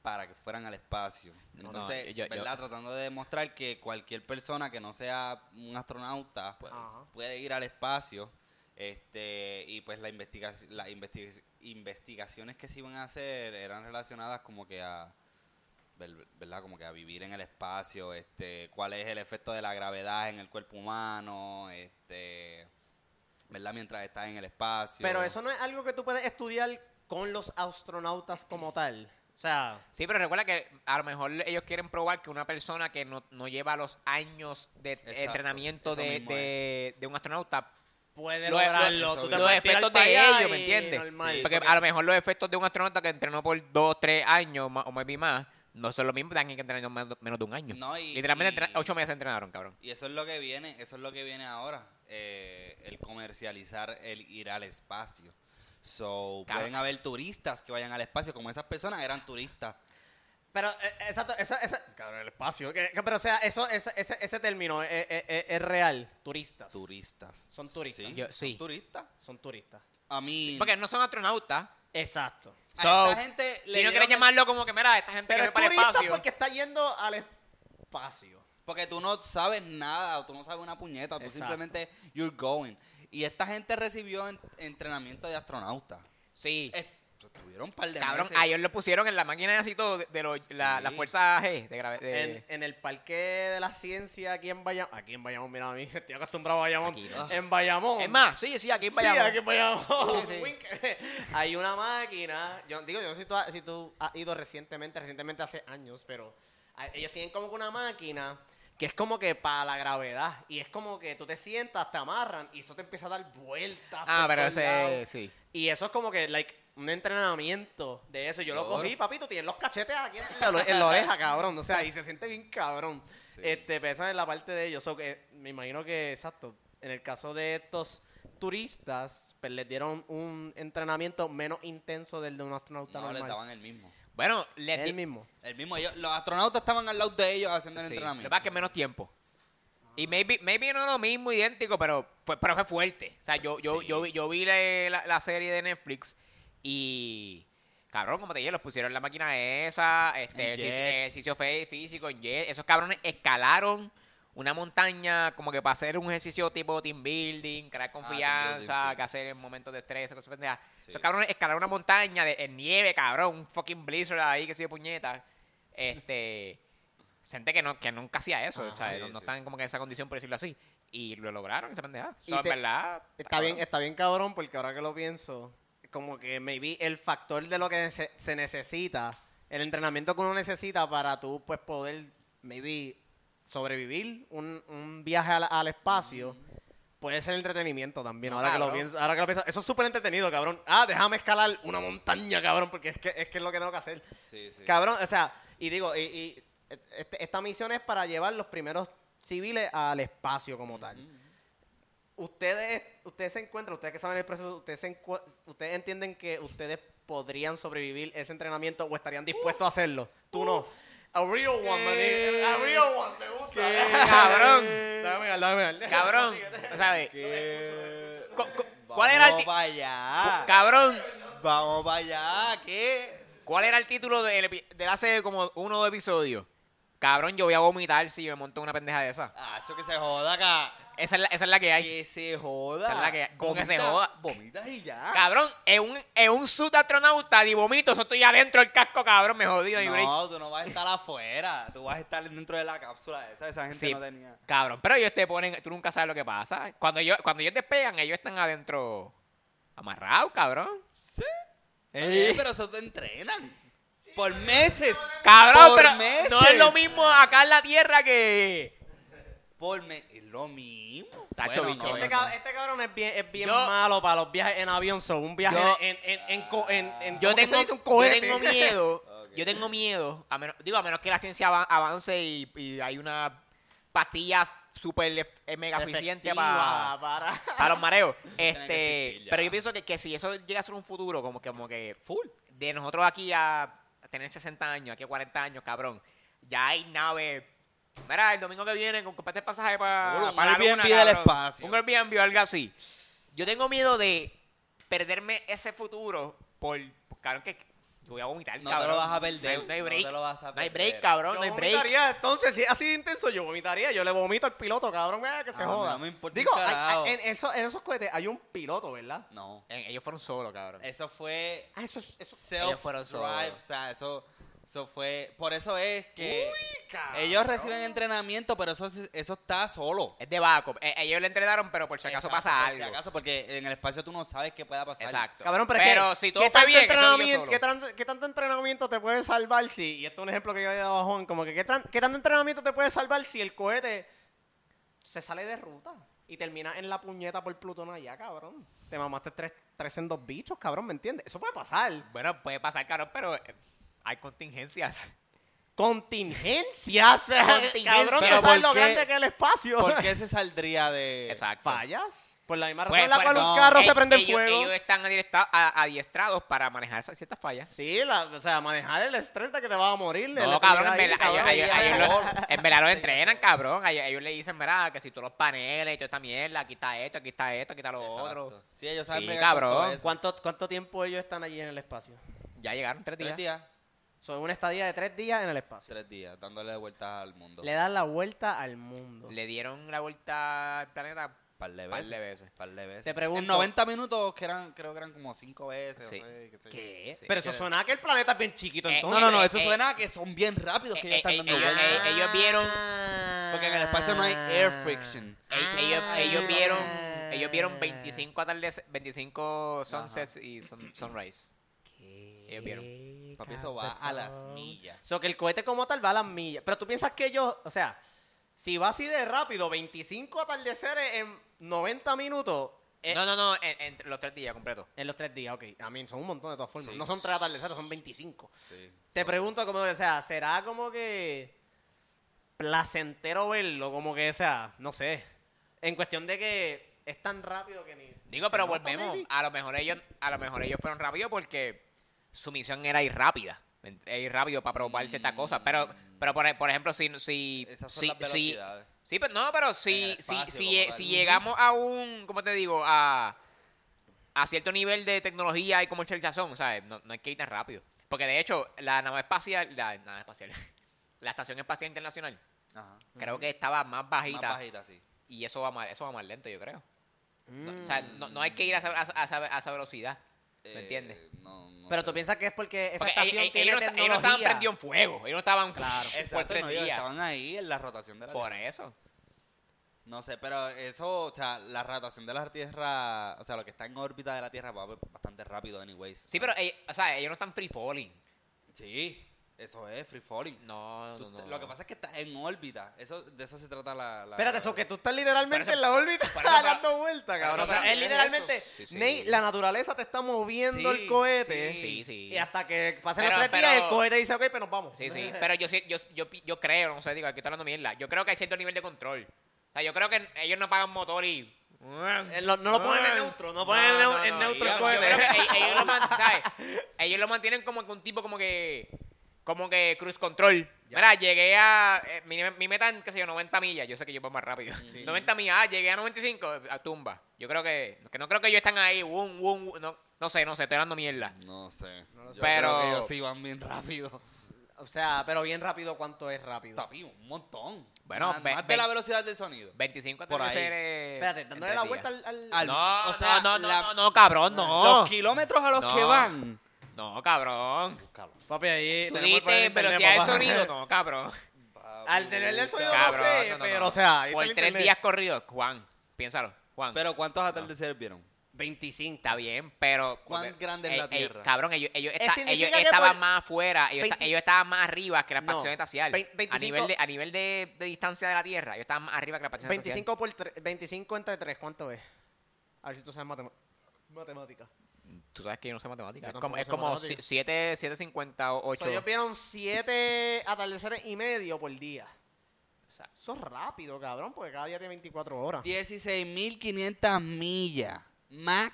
para que fueran al espacio. No, no, Entonces, yo- yo- ¿verdad? Tratando de demostrar que cualquier persona que no sea un astronauta pues, Ajá. puede ir al espacio. Este, y pues la investigación, las investig- investigaciones que se iban a hacer eran relacionadas como que a, ver- ¿verdad? Como que a vivir en el espacio, este, cuál es el efecto de la gravedad en el cuerpo humano, este, ¿verdad? Mientras estás en el espacio. Pero eso no es algo que tú puedes estudiar con los astronautas como tal. O sea, Sí, pero recuerda que a lo mejor ellos quieren probar que una persona que no, no lleva los años de Exacto, entrenamiento eso de, mismo de- de un astronauta, puede Lo- lograrlo. lo- tú te Te los puedes tirar efectos para de allá ellos, ¿me y entiendes? normal. Sí, porque, Porque- a lo mejor los efectos de un astronauta que entrenó por dos, tres años ma- o maybe más, no son los mismos de alguien que entrenó men- menos de un año. No, y- Literalmente y- entre- ocho meses entrenaron, cabrón. Y eso es lo que viene, eso es lo que viene ahora, eh, el comercializar, el ir al espacio. So, Claro. pueden haber turistas que vayan al espacio, como esas personas eran turistas. Pero, eh, exacto, esa, esa- cabrón, el espacio. que- que- pero, o sea, eso, esa- ese, ese término eh, eh, eh, es, real. Turistas. Turistas. Son turistas. Sí, Yo- son sí. turistas. Son turistas. A mí... Porque no son astronautas. Exacto. a So, esta gente le si no quieres dieron el- llamarlo como que, mira, esta gente Pero que es va para el turista espacio. porque está yendo al espacio. Porque tú no sabes nada, tú no sabes una puñeta, tú Exacto. simplemente you're going. Y esta gente recibió en- entrenamiento de astronauta. Sí. Es- Tuvieron un par de Cabrón, meses. a ellos lo pusieron en la máquina así todo de, de los- la, Sí. la fuerza G de grave. de- En, en el parque de la ciencia aquí en Bayamón. Aquí en Bayamón, mira a mí, estoy acostumbrado a Bayamón. Aquí, ¿no? En Bayamón. Es más, sí, sí, aquí en Sí, Bayamón. aquí en Bayamón. Sí, sí. Wink. Hay una máquina. Yo digo, yo no sé si tú, has- si tú has ido recientemente, recientemente hace años, pero a- ellos tienen como que una máquina que es como que para la gravedad. Y es como que tú te sientas, te amarran y eso te empieza a dar vueltas. Ah, por pero todos lados. ese, sí. Y eso es como que, like, un entrenamiento de eso. Yo lo Claro. cogí, papito, tienes los cachetes aquí en la, en la oreja, cabrón. O sea, y se siente bien cabrón. Sí. Este, pero eso es la parte de ellos. So que, me imagino que, exacto, en el caso de estos turistas, pues les dieron un entrenamiento menos intenso del de un astronauta No, le normal. daban el mismo. Bueno, le El mismo. El mismo, ellos- los astronautas estaban al lado de ellos haciendo el Sí, Lo que entrenamiento. pasa es que menos tiempo. Y maybe, maybe no lo mismo, idéntico, pero fue, pero fue fuerte. O sea, yo, yo, Sí. yo, vi- yo vi la, la- la serie de Netflix y. Cabrón, como te dije, los pusieron en la máquina esa, este, En ejercicio, jets. ejercicio fe- físico, en jet. Esos cabrones escalaron una montaña como que para hacer un ejercicio tipo team building, crear confianza, Ah, building, sí. que hacer en momentos de estrés, esas cosas pendejas. Sí. Esos cabrones escalaron una montaña de, en nieve, cabrón, un fucking blizzard ahí que sigue puñeta. Este. gente que no que nunca hacía eso, Ajá. Ah, o sea, Sí, no, no sí. están como que en esa condición, por decirlo así. Y lo lograron, esa pendeja. Y So, en te- verdad. Está bien, cabrón. está bien cabrón, porque ahora que lo pienso, como que maybe el factor de lo que se, se necesita, el entrenamiento que uno necesita para tú pues poder maybe sobrevivir un, un viaje al, al espacio, puede ser entretenimiento también. No, ahora, que lo cabrón. pienso, ahora que lo pienso, eso es súper entretenido, cabrón. Ah, déjame escalar una montaña, cabrón, porque es que es, que es lo que tengo que hacer. Sí, sí. Cabrón, o sea, y digo, y, y este- esta misión es para llevar los primeros civiles al espacio como tal. Ustedes, ustedes se encuentran, ustedes que saben el proceso, ustedes, se encu- ustedes entienden que ustedes podrían sobrevivir ese entrenamiento o estarían dispuestos a hacerlo. Tú no. A real one, man. A real one, me gusta. Cabrón. Dame, al, dame, al. Cabrón. Este o sea, ¿Qué? cu- cu- ¿Cuál era el Vamos ti- para allá. Cabrón. Vamos para allá. ¿Qué? ¿Cuál era el título del epi- del hace como uno de episodios? Cabrón, yo voy a vomitar si me monto en una pendeja de esa. Hacho, que se joda acá. Esa es la, esa es la que hay. Que se joda. ¿Verdad que- cómo que se Vomita- joda? Vomitas y ya. Cabrón, en un, en un suit de astronauta y vomito, eso estoy adentro del casco, cabrón, me jodí, no hay break. No, tú no vas a estar afuera. Tú vas a estar dentro de la cápsula esa. Esa gente Sí, no tenía. Cabrón, pero ellos te ponen, tú nunca sabes lo que pasa. Cuando ellos, cuando ellos despegan, ellos están adentro amarrados, cabrón. Sí. Eh, pero eso te entrenan. Por meses. Cabrón, por pero meses. no es lo mismo acá en la tierra que. Por me- es lo mismo. Tacho, bicho, no, Este, eh. no. cab- este cabrón es bien, es bien Yo- malo para los viajes en avión, son un viaje Yo- en, en, en, co- en- en- Yo ¿cómo que se tengo, dice? Un yo cohete. tengo miedo. Ok. Yo tengo miedo. A menos, digo, a menos que la ciencia avan- avance y, y hay una pastilla súper eh, mega eficiente para. Efectiva, para... para los mareos. tiene que Este, existir ya. pero yo pienso que, que si eso llega a ser un futuro, como que, como que full, de nosotros aquí a tener 60 años, aquí a 40 años, cabrón, ya hay naves. Mira, el domingo que viene, con comparte el pasaje para, Seguro, un para la luna, Airbnb del cabrón. espacio. Un Airbnb o algo así. Yo tengo miedo de perderme ese futuro por, por, cabrón, que yo voy a vomitar, No te cabrón. lo vas a perder, No hay- No hay no break. te lo vas a No hay perder. break, cabrón, Yo no hay break. vomitaría, entonces, si es así de intenso, yo vomitaría. Yo le vomito al piloto, cabrón, eh, que se A mí joda. no me importa un Digo, hay- carajo. hay- en, eso- en esos cohetes hay un piloto, ¿verdad? No. Eh, Ellos fueron solos, cabrón. Eso fue Ah, eso es... Eso... self Ellos fueron solos. drive, o sea, eso, eso fue, por eso es que cabrón. ellos reciben entrenamiento, pero eso eso está solo. Es de backup. Eh, ellos le entrenaron, pero por si acaso Exacto, pasa por si algo. acaso, porque en el espacio tú no sabes qué pueda pasar. Exacto. Cabrón, pero, es Pero que, si todo ¿qué fue tanto bien, eso digo entrenamiento- solo. ¿qué, tan- qué tanto entrenamiento te puede salvar si... Y esto es un ejemplo que yo he dado a Juan, como que ¿qué, tan- qué tanto entrenamiento te puede salvar si el cohete se sale de ruta y termina en la puñeta por Plutón allá, cabrón? Te mamaste tres, tres en dos bichos, cabrón, ¿me entiendes? Eso puede pasar. Bueno, puede pasar, cabrón, pero eh, hay contingencias. Contingencias. Cabrón, Pero no sabes ¿por lo qué- grande que es el espacio. ¿Por qué se saldría de Fallas. Por la misma razón Pues, en la pues, cual no. un carro Eh, se prende en ellos- fuego. Ellos están adiestra- a- adiestrados para manejar esas ciertas fallas. Sí, la- o sea, manejar el estrés de que te vas a morir. de No, la cabrón, en actividad ahí, cabrón. verdad, ellos- ellos- ahí, ellos lo- cabrón. en verdad los Sí, entrenan, sí. cabrón. Ellos, ellos le dicen, mira, que si todos los paneles y toda esta mierda, aquí está esto, aquí está esto, aquí está lo Exacto. otro. Sí, ellos saben Sí, bregar con todo cabrón. eso. ¿Cuánto, ¿Cuánto tiempo ellos están allí en el espacio? Ya llegaron tres días. Tres días, Son una estadía de tres días en el espacio. tres días, dándole vueltas al mundo. Le dan la vuelta al mundo. Le dieron la vuelta al planeta Par de Par veces. de veces. Par de veces. Te pregunto- En 90 minutos, que eran, creo que eran como 5 veces. Sí. O seis, qué sé yo. ¿Qué? Sí. Pero eso Que- suena a que el planeta es bien chiquito, Eh, entonces. No, no, no, Eh, eso eh, suena que son bien rápidos que eh, ellos eh, están dando eh, vueltas. eh, eh, ellos vieron- Porque en el espacio no hay air Ah. friction. Ell- Ellos, Ah, ellos vieron ellos vieron 25 atardece- 25 sunsets y sun- sunrise. Ellos vieron. Papi, eso va a las millas. So que el cohete como tal va a las millas. Pero tú piensas que ellos, o sea, si va así de rápido, 25 atardeceres en 90 minutos. eh, No, no, no, en- entre los tres días completos. En los tres días, ok. A mí son un montón de todas formas. Sí. No son tres atardeceres, son 25. Sí. Te pregunto como, o sea, ¿será como que placentero verlo? Como que, o sea, no sé. En cuestión de que es tan rápido que ni... Digo, se pero nota, volvemos. maybe. A lo mejor ellos, a lo mejor ellos fueron rápidos porque su misión era ir rápida. ent- e Ir rápido para probar ciertas cosas. Pero, pero por, e- por ejemplo, si, si, Mm. Esas son si, las si- velocidades. sí, pero no, pero En si, si, el espacio si, como si tal. llegamos a un, ¿cómo te digo? A, a cierto nivel de tecnología y comercialización, ¿sabes? No, no hay que ir tan rápido. Porque de hecho, la nave espacial, la nave espacial, la Estación Espacial Internacional, Ajá. creo que estaba más bajita. Más bajita, sí. Y eso va más, eso va más lento, yo creo. No, o sea, Mm. no, no hay que ir a esa, a, esa- a esa- a esa velocidad. ¿Me Eh, entiendes? No, no Pero sé. tú piensas que es porque esa Porque estación ellos, tiene ellos no, esta- ellos no estaban tecnología. prendidos en fuego. Ellos no estaban Claro. por Exacto, tres no, ellos días. estaban ahí en la rotación de la Por Tierra. eso. No sé, pero eso, o sea, la rotación de la Tierra, o sea, lo que está en órbita de la Tierra va bastante rápido, anyways. Sí, pero ellos, o sea, ellos no están free falling. Sí, eso es free falling. No, no, Tú- no. Lo que pasa es que está en órbita. Eso, de eso se trata la. la- Espérate, eso que tú estás literalmente Por eso- en la órbita por eso para- dando vueltas, cabrón. O Por sea, eso es es eso. literalmente, Sí, sí. Ney, la naturaleza te está moviendo Sí, el cohete. sí. Sí, sí. Y hasta que pasen Pero- los tres días, pero- el cohete dice, ok, pero nos vamos. Sí, sí. Pero yo, sí- yo, yo, pi- yo creo, no sé, digo, aquí estoy hablando mierda. Yo creo que hay cierto nivel de control. O sea, yo creo que ellos no pagan motor y... Ah. Eh, lo- no lo ponen en neutro, no ponen en neu- en neutro el Yo- yo cohete. creo que ellos, ellos lo man- ¿sabes? Ellos lo mantienen como que un tipo como que como que cruise control. Mira, llegué a eh, mi, mi meta en qué sé yo 90 millas, yo sé que yo voy más rápido. 90 millas, ah, llegué a 95 a tumba. Yo creo que que no creo que ellos están ahí, wum, wum, wum, no, no sé, no sé, estoy dando mierda. No sé. lo sé. Yo Pero- creo que ellos sí van bien rápido. O sea, pero bien rápido, ¿cuánto es rápido? Papi, un montón. Bueno, más, ve- más ve- de la velocidad del sonido. 25 a Por ahí. eh, Espérate, dándole la vuelta al... al- Al- No, o sea, no, no, la- no, no, cabrón, no. Los kilómetros a los No. que van. No, cabrón. Papi, ahí... Tú tenemos el poder dijiste del velocidad de internet, papá. sonido, no, cabrón. Al tener el sonido Cabrón, no sé, no, no, pero no. o sea... ahí está Por el tres internet. días corridos, Juan. Piénsalo, Juan. Pero ¿cuántos atardeceres vieron? 25. está bien, pero. ¿Cuán porque- eh, grande es la Tierra? cabrón, ellos, ellos, Eh, esta- significa ellos que estaban por- más afuera, ellos, esta- 20 ellos estaban más arriba que la No, expansión espacial. vein- 25 a nivel, de, a nivel de, de distancia de la Tierra, ellos estaban más arriba que la expansión espacial. 25, por tre- 25 entre 3, ¿cuánto es? A ver si tú sabes matem- matemática. Tú sabes que yo no sé matemáticas. Yo Es tampoco como, es sé como matemáticas. 7, 750 o O 8. sea, ellos vieron 7 atardeceres y medio por día. Exacto. Eso es rápido, cabrón, porque cada día tiene 24 horas. 16.500 millas. Mach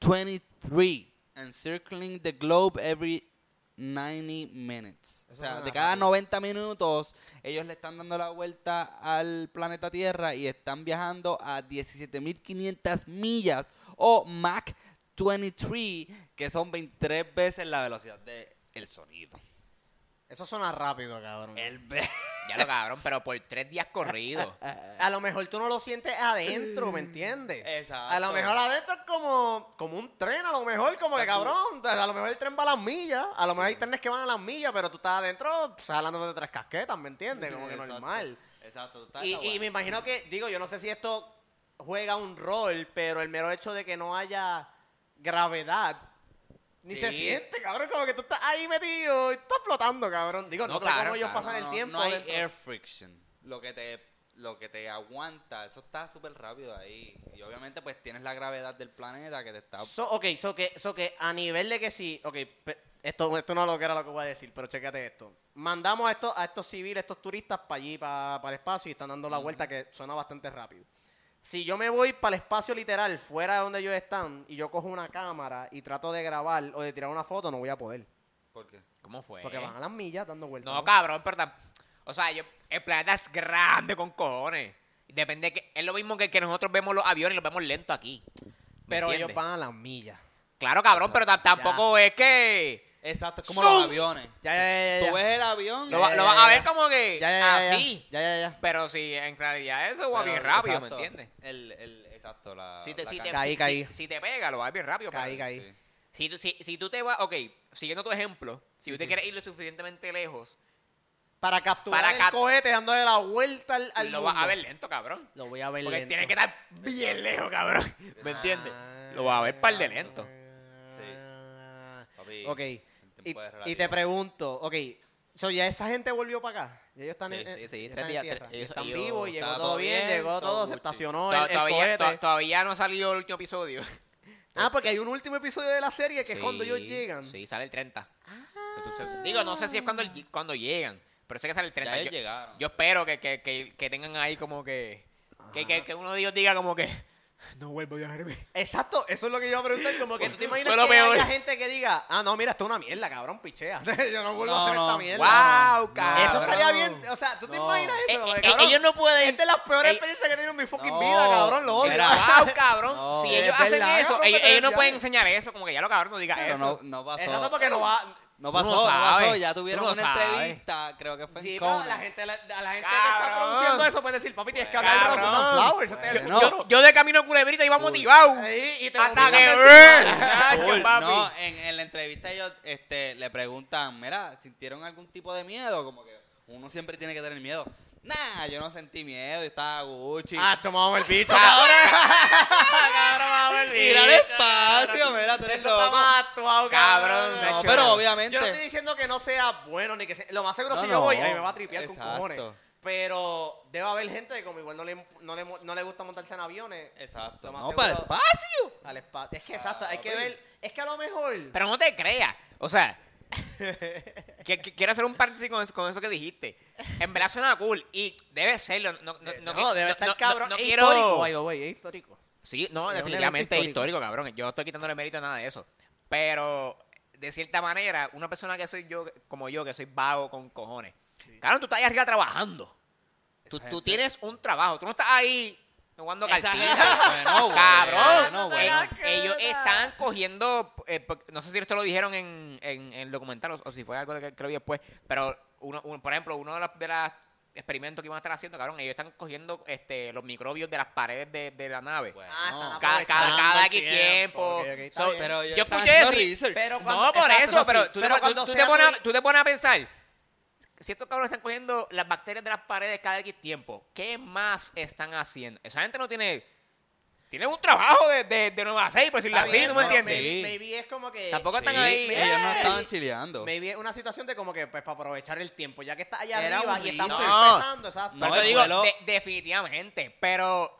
23. Encircling the globe every 90 minutes. O Eso sea, suena de cada rápido. 90 minutos, ellos le están dando la vuelta al planeta Tierra y están viajando a 17.500 millas o Mach 23, que son 23 veces la velocidad del sonido. Eso suena rápido, cabrón. El ve- Ya lo cabrón, pero por tres días corridos. A lo mejor tú no lo sientes adentro, ¿me entiendes? Exacto. A lo mejor adentro es como, como un tren, a lo mejor, como que cabrón. A lo mejor el tren va a las millas, a lo mejor hay trenes que van a las millas, pero tú estás adentro pues, hablando de tres casquetas, ¿me entiendes? Como que Exacto. normal. Exacto. está- Y, está y bueno. me imagino que, digo, yo no sé si esto juega un rol, pero el mero hecho de que no haya gravedad. Ni Sí. se siente, cabrón, como que tú estás ahí metido y estás flotando, cabrón. Digo, No, no, sé cómo claro, ellos claro, pasan el tiempo. hay dentro. air friction. Lo que te lo que te aguanta, eso está súper rápido ahí. Y obviamente pues tienes la gravedad del planeta que te Ah, está So, ok, so que, so que a nivel de que sí, ok, pe- esto, esto no lo que era lo que voy a decir, pero chécate esto. Mandamos a estos, a estos civiles, estos turistas para allí, para, el espacio, y están dando la vuelta que suena bastante rápido. Si yo me voy para el espacio literal, fuera de donde ellos están, y yo cojo una cámara y trato de grabar o de tirar una foto, no voy a poder. porque ¿Cómo fue? Porque van a las millas dando vueltas. Pues. No, cabrón, pero tam- O sea, yo- el planeta es grande con cojones. Depende que. Es lo mismo que, que nosotros vemos los aviones y los vemos lentos aquí. ¿Me Pero entiendes? ellos van a las millas. Claro, cabrón, pero tam- tampoco es que. Exacto, es como los aviones. Ya, ya, ya, ya. Tú ves el Pues, avión. eh, Ya, Lo, va- ya, lo ya, vas ya, a ver ya. como que Ya, ya, ya, ya. así. Ya, ya, ya. Pero si en realidad eso va pero- bien rápido, exacto, ¿me entiendes? El, el, exacto, la. Si te, la si, te, cancha. Ah, Caí, si- caí. si- si te pega, lo vas bien rápido. Caí, padre. caí. Sí. Si, tú- si, si tú te vas, ok, siguiendo tu ejemplo, si Sí, tú te sí. quieres ir lo suficientemente lejos, Para capturar Para el cap- cohete dándole la vuelta al, al lo vas a mundo. ver lento, cabrón. Lo voy a ver Porque lento. tienes que estar bien lejos, cabrón. ¿Me entiendes? Ah, Lo vas a ver par de exacto. lento. Papi, Ok. el Y, tiempo es y relativo. te pregunto, ok, so ya esa gente volvió para acá. Ya Ellos están, Sí, en- sí, eh, sí, están tres en días, tierra. tres- ellos- están ellos- vivos, llegó estaba todo todo bien, bien, llegó todo todo, se Gucci. estacionó To- el, el todavía, cohete. to- todavía no ha salido el último episodio. ah, porque hay un último episodio de la serie que es Sí, cuando ellos llegan. Ah. Sí, sale el 30. Entonces, Digo, no sé si es cuando, el- cuando llegan, pero sé que sale el 30. Ya ellos Yo- llegaron. Yo espero que, que, que, que tengan ahí como que que, que- que uno de ellos diga como que no vuelvo a viajarme. Exacto, eso es lo que yo iba a preguntar. Como que tú te imaginas Fue lo que peor. haya gente que diga, ah, no, mira, esto es una mierda, cabrón, pichea. Yo no vuelvo No, a hacer no. esta mierda. ¡Wow, cabrón! Eso estaría bien. O sea, ¿tú te No. imaginas Eh, eso? eh, cabrón? ellos no pueden. Esta es la peor Ey. experiencia que he tenido en mi fucking No. vida, cabrón. Lo odio. Mira. ¡Wow, cabrón! No. si Es ellos hacen verdad, eso, cabrón, ellos, pero ellos no ya- pueden enseñar eso. Como que ya lo cabrón no diga Pero eso. no, no pasó. Exacto, porque no va. Tú No no pasó, no, pasó. sabes, Ya tú tuvieron no una sabes. entrevista, creo que fue en Sí, pero Conan. la gente, la, a la gente que está Cabrón. produciendo eso puede decir, papi, tienes que hablar de Cabrón. los Sunflowers. Este es el Bueno. futuro. Yo, yo de camino a culebrita iba motivado. Ahí, y te Hasta que. Cool. ¡Ay, papi! No, en, en la entrevista ellos este, le preguntan, mira, ¿sintieron algún tipo de miedo? Como que uno siempre tiene que tener miedo. Nah, yo no sentí miedo, yo estaba Gucci. Ah, tomamos el bicho, cabrón. cabrón, vamos el bicho. Mira el espacio, mira, tú eres Eso está loco. más actuado, cabrón. Cabrón, No, macho. pero Yo no estoy obviamente. diciendo que no sea bueno ni que sea. Lo más seguro No, si no. yo voy, ahí me va a tripear con Exacto. cojones. Pero debe haber gente que como igual no le, no le, no le gusta montarse en aviones. Exacto. Lo más No, para el seguro- espacio. al espacio. Ah, Es que exacto, hay que Papi. ver. Es que a lo mejor. Pero no te creas. O sea, que- que- quiero hacer un paréntesis con eso, con eso que dijiste. En verdad suena cool y debe serlo. No, no, Eh, no, no, qui- debe no- estar no- cabrón. No, es quiero. histórico, by the way, es histórico. Sí, no, Es un definitivamente es evento histórico. cabrón. Yo no estoy quitándole mérito a nada de eso. Pero, de cierta manera, una persona que soy yo, como yo, que soy vago con cojones. Claro, tú estás ahí arriba trabajando. Tú, Esa tú gente- tienes un trabajo. Tú no estás ahí jugando Esa cartitas. gente- Oh, bueno, Cabrón, bueno, no, Eh, bueno. no, ellos no. están cogiendo, eh, po- no sé si esto lo dijeron en, en- en el documental o, o si fue algo que creo después, pero uno, uno- por ejemplo, uno de los, de los experimentos que iban a estar haciendo, cabrón, ellos están cogiendo este, los microbios de las paredes de, de la nave. Bueno. Ah, Ca- están ca- cada, aprovechando el X tiempo. ok, ok, está So, bien. Pero ellos yo están escuché haciendo eso y- research. Pero no, cuando- por exacto, eso, sí. pero tú, te, Pero pon- cuando tú te sea pones, a, tu- tú te pones a pensar, si estos cabrones están cogiendo las bacterias de las paredes cada X tiempo, ¿qué más están haciendo? Esa gente no tiene... Tiene un trabajo de, de, de Nueva Seis, por decirlo Está así, bien, ¿tú me pero entiendes? Maybe, Sí. maybe es como que. Tampoco Sí, están ahí. Ellos no ¡Ey! estaban chileando. Maybe es una situación de como que, pues, para aprovechar el tiempo, ya que está allá Era arriba un y estamos ritmo. No. empezando, exacto. Por No, eso el digo, vuelo- de- definitivamente, pero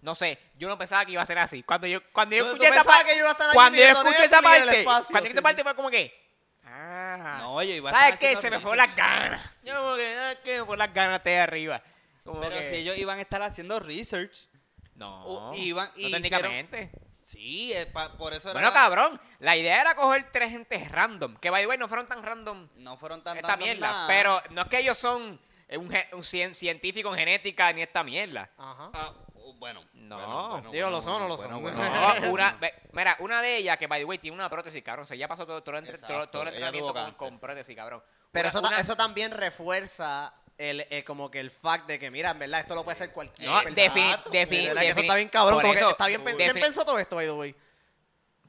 no sé, yo no pensaba que iba a ser así. Cuando yo, cuando yo Tú- tú escuché esta pensabas parte, que yo iba a estar allí cuando yo viendo escuché esa Netflix en el parte, espacio, cuando yo sí, esta parte sí. fue como que, ah, No, ellos iban a ¿sabes estar qué? haciendo Se me fue las research. ganas. Yo como que, ah, que me fue las ganas de ahí arriba. Como Pero que- si ellos iban a estar haciendo research. no, u- iban- no y técnicamente. Sí, es pa- por eso era. Bueno, cabrón, la idea era coger tres gentes random, que by the way no fueron tan random No fueron tan esta random mierda. nada. Pero no es que ellos son eh, un, gen- un cien- científico en genética ni esta mierda. Ajá. Ah, bueno. No. bueno, bueno, Digo, bueno, lo son o no lo bueno, son. bueno, Ah, No, bueno. No, una, ve- mira, una de ellas que, by the way, tiene una prótesis, cabrón. O sea, ya pasó todo, todo, el entre- Exacto, todo- todo el ella entrenamiento tuvo con, cáncer. con prótesis, cabrón. Pero Una- eso, ta- una- eso también refuerza el, eh, como que el fact de que, mira, en verdad, esto lo puede hacer cualquier Eh, No, persona. defini- Exacto. defini- De verdad que Eso defini- está bien cabrón. por como que eso- está bien, pe- Uy. ¿Quién Defini- pensó todo esto, by the way?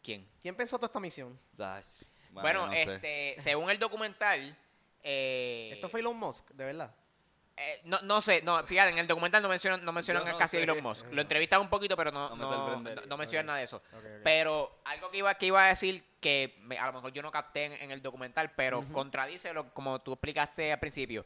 ¿Quién? ¿Quién pensó toda esta misión? Dash. Bueno, no sé. este, según el documental. eh, Esto fue Elon Musk, de verdad. eh, no, no sé, no, fíjate, en el documental no mencionan, no mencionan Yo no casi a sé. Elon Musk. Lo entrevistan un poquito, pero no, No me no, sorprendería. no- no mencionan Ok. nada de eso. Ok, ok. Pero algo que iba, que iba a decir que me- a lo mejor yo no capté en, en el documental, pero contradice lo como tú explicaste al principio.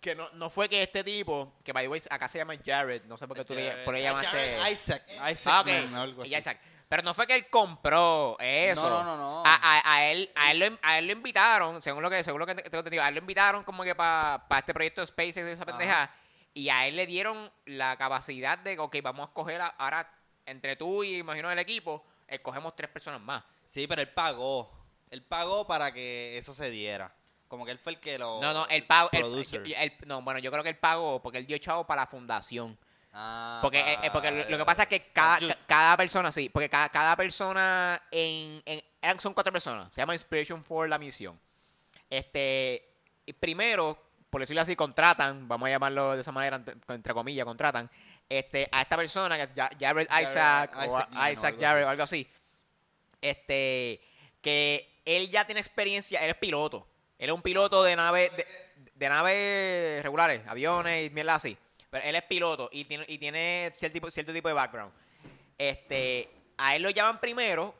Que no, no fue que este tipo, que by the way acá se llama Jared, no sé por qué tú le, por qué Jared- llamaste. Jared Isaac. Isaac Ah, ok. Man, algo Y así. Isaac. Pero no fue que él compró eso. Ah, No, no, no, no. A, a- a él, a, él lo, a él lo invitaron, según lo que, según lo que tengo entendido, a él lo invitaron como que para este proyecto de SpaceX y esa pendeja. Y a él le dieron la capacidad de, ok, vamos a escoger a- ahora entre tú y imagino el equipo, escogemos tres personas más. Sí, pero él pagó. Él pagó para que eso se diera. Como que él fue el que lo. No, no, el pago. El, producer. el- el- no, bueno, yo creo que él pagó porque él dio chavo para la fundación. Ah, Porque, eh, eh, porque lo, lo que pasa es que cada, Sanju- ca- cada persona, sí, porque cada, cada persona en, en- eran, son cuatro personas. Se llama Inspiration for la misión. Este, y primero, por decirlo así, contratan, vamos a llamarlo de esa manera, entre, entre comillas, contratan, este, a esta persona, que es Ja- Jared Isaac, o Isaac Newton o a- Isaac algo Jared, o algo así. Este, que él ya tiene experiencia, él es piloto. Él es un piloto de nave, de, de naves regulares, aviones y mierda así. Pero él es piloto y tiene, y tiene cierto, tipo, cierto tipo de background. Este, a él lo llaman primero,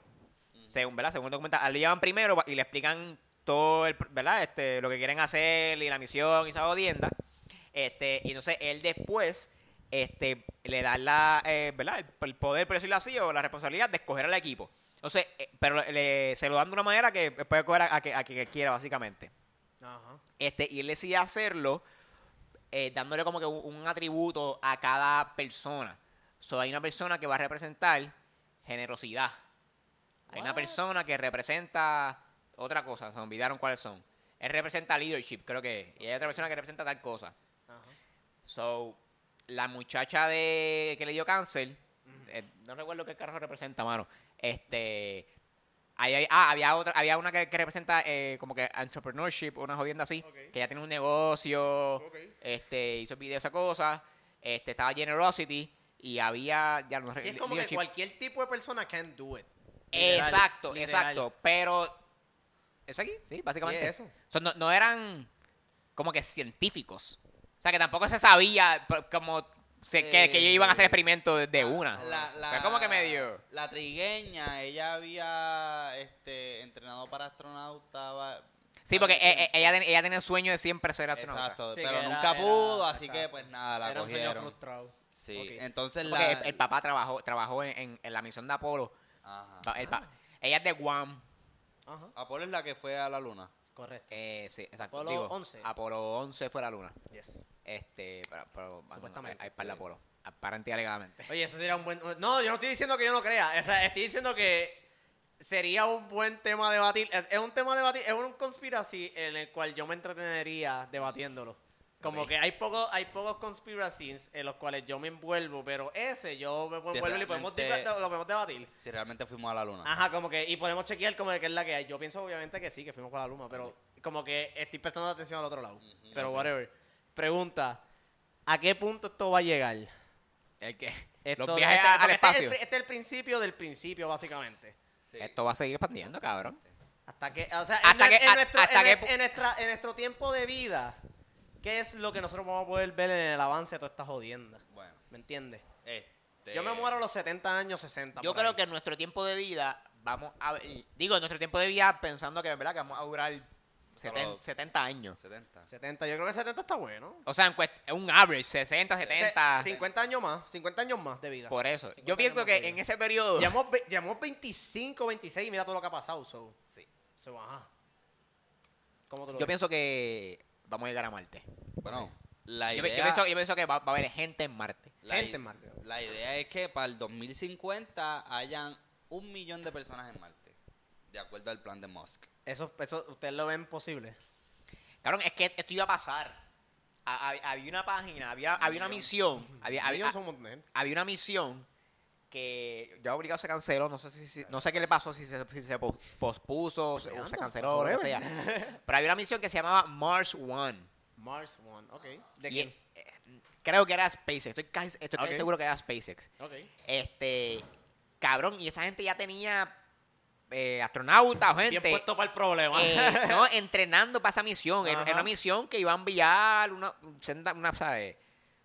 según, ¿verdad? Según el documental, a él lo llaman primero pa- y le explican todo, el, pr- ¿verdad? Este, lo que quieren hacer y la misión y esa jodienda. Este, y entonces él después este, le da la, eh, ¿verdad? El, el poder, por decirlo así, o la responsabilidad de escoger al equipo. Entonces, eh, pero le- se lo dan de una manera que puede escoger a, a que- a quien quiera, básicamente. Ajá. Este, y él decide hacerlo eh, dándole como que un, un atributo a cada persona. So, hay una persona que va a representar generosidad. Hay una persona que representa otra cosa, se me olvidaron cuáles son. Él representa leadership, creo que. es. Y hay otra persona que representa tal cosa. Ajá. So, la muchacha de que le dio cáncer, eh, no recuerdo qué carro representa, mano. Este, ahí hay- ah, había otra, había una que, que representa eh, como que entrepreneurship, una jodienda así, Ok. que ya tiene un negocio, Ok. este, hizo video esa cosa, este, estaba Generosity y había ya no Sí, es como que leadership. cualquier tipo de persona can do it. Literal, Exacto, literal. exacto. Pero. ¿Es aquí? Sí, básicamente. Sí, es eso. So, no, no eran como que científicos. O sea, que tampoco se sabía p- como se- que, que ellos iban a hacer experimentos de, de una. Eh, La, la, Fue como que medio. La trigueña, ella había este, entrenado para astronauta. va- Sí, porque había- e- e- ella, ten- ella tenía el sueño de siempre ser astronauta. Exacto, Sí, pero que era- nunca era- pudo, así exacto. que pues nada, la Era un señor cogieron. frustrado. Sí, Ok. entonces Porque la... el, el papá trabajó, trabajó en, en- en la misión de Apolo. Ajá. Pa- el pa- Ella es de Guam. Ajá. Apolo es la que fue a la luna. Correcto. Eh, sí, exacto. Apolo digo, 11. Apolo 11 fue la luna. Yes. Este, pero, pero eh, Supuestamente. Hay, hay par de Apolo. Aparente y alegadamente. Oye, eso sería un buen. No, yo no estoy diciendo que yo no crea. O sea, estoy diciendo que sería un buen tema a debatir. Es, es un tema a debatir, es un conspiracy en el cual yo me entretenería debatiéndolo. Como Ok. que hay pocos, hay pocos conspiracies en los cuales yo me envuelvo, pero ese yo me envuelvo Sí, y podemos realmente- deba- lo podemos debatir. Si realmente fuimos a la luna. Ajá, como que, y podemos chequear como de qué es la que hay. Yo pienso obviamente que sí, que fuimos para la luna, pero como que estoy prestando atención al otro lado. Pero whatever. Pregunta, ¿a qué punto esto va a llegar? El que, Esto- los viajes este- a- al porque este es el espacio. pri- Este es, el principio del principio, básicamente. Sí. Esto va a seguir expandiendo, cabrón. Hasta que, o sea, en Hasta nue- que- en a- nuestro- hasta en que el- pu- en nuestra- en nuestro tiempo de vida, ¿qué es lo que nosotros vamos a poder ver en el avance de toda esta jodienda? Bueno, ¿Me entiendes? este... Yo me muero a los 70 años, 60. Yo por creo ahí. que en nuestro tiempo de vida vamos a ver- digo en nuestro tiempo de vida pensando que verdad que vamos a durar seten- Solo- 70 años. 70. 70, yo creo que 70 está bueno. O sea, en cuest- es un average 60, 70 Se- 50 años más, 50 años más de vida. por eso. 50 Yo pienso años que más en ese periodo Llevamos, ve- llevamos 25, 26 y mira todo lo que ha pasado, so. Sí. So, ajá. ¿Cómo te lo yo ves? pienso que vamos a llegar a Marte. Bueno, la Yo, idea... pi- yo pienso, yo pienso que va, va a haber gente en Marte. la Gente i- en Marte. La idea es que para el 2050 hayan un millón de personas en Marte, de acuerdo al plan de Musk. Eso, eso ustedes lo ven posible. Cabrón, es que esto iba a pasar. A- a- había una página, había, había una misión, había, había, Ellos son un montón de gente. había una misión que ya obligado se canceló, no sé si, si- no sé qué le pasó, si se, si se po- pospuso, se- o se Anda, canceló, lo que eso sea. Pero había una misión que se llamaba Mars One. Mars One, ok. Y, eh, creo que era SpaceX, estoy casi, estoy casi Ok. seguro que era SpaceX. Ok. Este, cabrón, y esa gente ya tenía eh, astronautas o Bien gente puesto para el problema. eh, no, entrenando para esa misión. Era, Ajá. era una misión que iba a enviar una, senda- una, ¿sabes?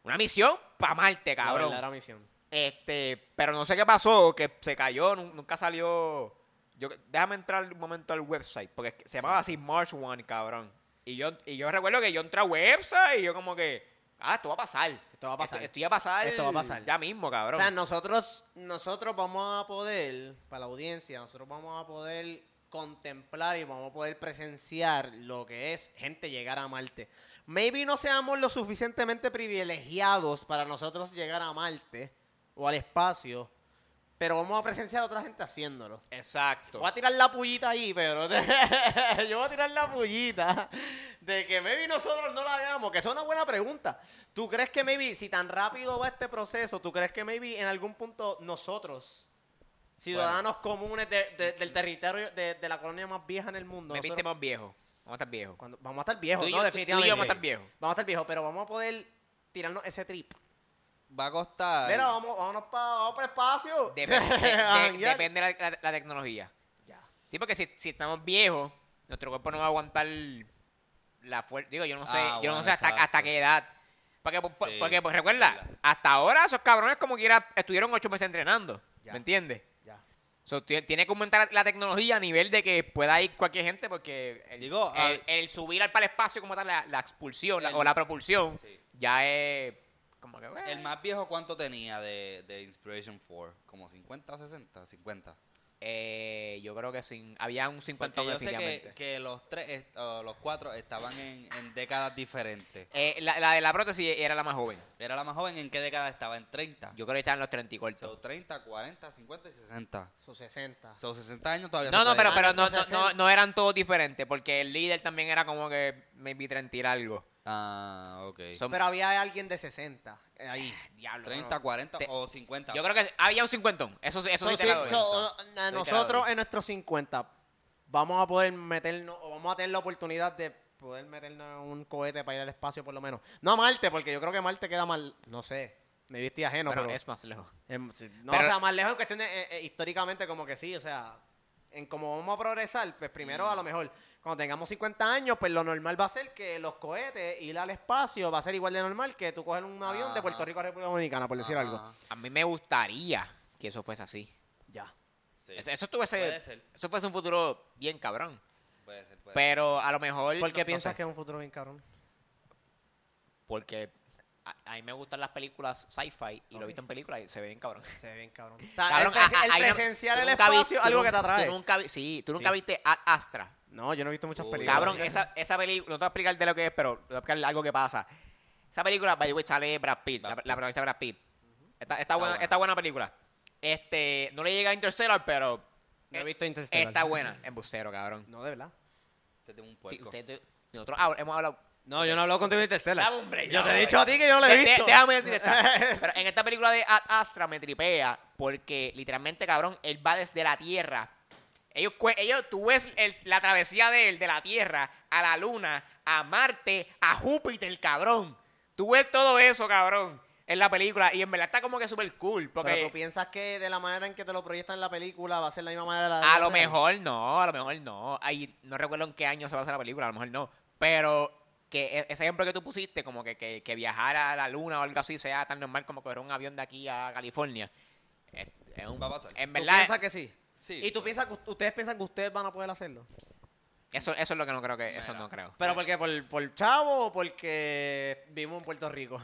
una misión para Marte, La cabrón. verdadera misión. Este, pero no sé qué pasó, que se cayó, nun- nunca salió. Yo, déjame entrar un momento al website, porque es que se llamaba así March One, cabrón. Y yo, y yo recuerdo que yo entré al website y yo como que, ah, esto va a pasar. Esto va a pasar. Esto, esto iba a pasar. Esto va a pasar. Ya mismo, O cabrón. sea, nosotros, nosotros vamos a poder, para la audiencia, nosotros vamos a poder contemplar y vamos a poder presenciar lo que es gente llegar a Marte. Maybe no seamos lo suficientemente privilegiados para nosotros llegar a Marte o al espacio, Pero vamos a presenciar a otra gente haciéndolo. Exacto. Voy a tirar la pullita ahí, pero yo voy a tirar la pullita de que maybe nosotros no la hagamos, que esa es una buena pregunta. ¿Tú crees que maybe, si tan rápido va este proceso, tú crees que maybe en algún punto nosotros, ciudadanos comunes de- de- del territorio, de, de la colonia más vieja en el mundo, Me viste nosotros- más viejo. Vamos a estar viejos. cuando- vamos a estar viejos, Tú y no, yo- tú- tú y yo definitivamente. vamos a estar viejos. Vamos a estar viejos, pero vamos a poder tirarnos ese trip. Va a costar. Mira, vamos, vámonos pa, vamos para espacio. Depende de, de- Janguear. depende la, la- la tecnología. Ya. Sí, porque si, si estamos viejos, nuestro cuerpo no va a aguantar la fuerza. Digo, yo no sé, Ah, yo no bueno, sé hasta, exacto. hasta qué edad. Porque, po- po- Sí, porque, pues recuerda, verdad. hasta ahora esos cabrones como quiera estuvieron ocho meses entrenando. Ya. ¿Me entiendes? Ya. So, ti- tiene que aumentar la tecnología a nivel de que pueda ir cualquier gente porque el, Digo, el, ah, el subir al para espacio como tal, la, la expulsión la- El- o la propulsión, sí. ya es como que... bueno, El más viejo, ¿cuánto tenía de, de Inspiration 4? ¿Como 50 o 60? 50. eh, yo creo que sin, había un 50 Porque yo sé definitivamente. que, que los tres, est- o los cuatro estaban en, en décadas diferentes. Eh, la, la de la prótesis era la más joven. Era la más joven, ¿en qué década estaba? En 30. Yo creo que estaban los 30 y cortos. So, 30, 40, 50 y 60. Sus 60. Son 60 años todavía. No, se no, puede pero, ir. pero Ah, no, no, entonces no, el- no eran todos diferentes, porque el líder también era como que maybe 30 y algo. Ah, ok. So- Pero había alguien de 60 ahí. Diablo. 30, bueno. 40 Te- o 50. Yo creo que había un cincuentón. Eso, So, eso uh, sí te sí, la doy. so, a doy. nosotros en nuestros 50 vamos a poder meternos, o vamos a tener la oportunidad de poder meternos en un cohete para ir al espacio por lo menos. No a Marte, porque yo creo que Marte queda mal, no sé, me viste ajeno, Bueno, pero... es más lejos. em, sí, no, pero- o sea, más lejos en cuestión de, eh, eh, históricamente como que sí, o sea, en cómo vamos a progresar, pues primero a lo mejor cuando tengamos 50 años, pues lo normal va a ser que los cohetes ir al espacio va a ser igual de normal que tú coger un avión de Ajá. Puerto Rico a República Dominicana, por decir Ajá, algo. A mí me gustaría que eso fuese así. Ya. sí. Eso, eso tuviese- Puede ser. eso fuese un futuro bien cabrón. Puede ser, puede ser. Pero a lo mejor... ¿Por qué no- no piensas sé. que es un futuro bien cabrón? Porque a, a mí me gustan las películas sci-fi y lo he Ok. visto en películas y se ve bien cabrón. Se ve bien cabrón. ah, O sea, Cabrón, el, presen- a- a- el hay una- presenciar tú el nunca vi- espacio, tú algo nun- que te atrae. Tú nunca, vi- sí, tú nunca Sí. viste Ad Astra. No, yo no he visto muchas Uy, películas. Cabrón, Cabrón. esa, esa película, no te voy a explicar de lo que es, pero te voy a explicar algo que pasa. Esa película, by the way, sale Brad Pitt, la, Brad la Pitt. protagonista de Brad Pitt. Está, está buena, buena. está buena película. Este, no le llega a Interstellar, pero No he visto Interstellar. está buena. Embustero, cabrón. No, de verdad. Este tiene un Sí, puerco. usted- usted- nosotros habl- hemos hablado... No, yo no he hablado contigo de Interstellar. Dame un break, Yo te dame he un dicho a ti que yo no lo De- he de- visto. déjame decir esta. Pero en esta película de Ad Astra me tripea porque literalmente, cabrón, él va desde la Tierra. Ellos, cue- ellos tú ves el- la travesía de él de la Tierra a la Luna, a Marte, a Júpiter, cabrón. Tú ves todo eso, cabrón, en la película. Y en verdad está como que súper cool. Pero tú Porque piensas que de la manera en que te lo proyectan en la película va a ser la misma manera de la vida a lo real? mejor no, a lo mejor no. Ahí no recuerdo en qué año se va a hacer la película, a lo mejor no. Pero que e- ese ejemplo que tú pusiste, como que, que, que viajar a la luna o algo así sea tan normal como coger un avión de aquí a California. Es, es un- Va a pasar. En ¿Tú verdad, piensas que sí? Sí, ¿Y tú puede piensas que u- ustedes piensan que ustedes van a poder hacerlo? eso, eso es lo que no creo que. Eso Mira. no creo. ¿Pero por qué? ¿Por, por chavo o porque vivimos en Puerto Rico?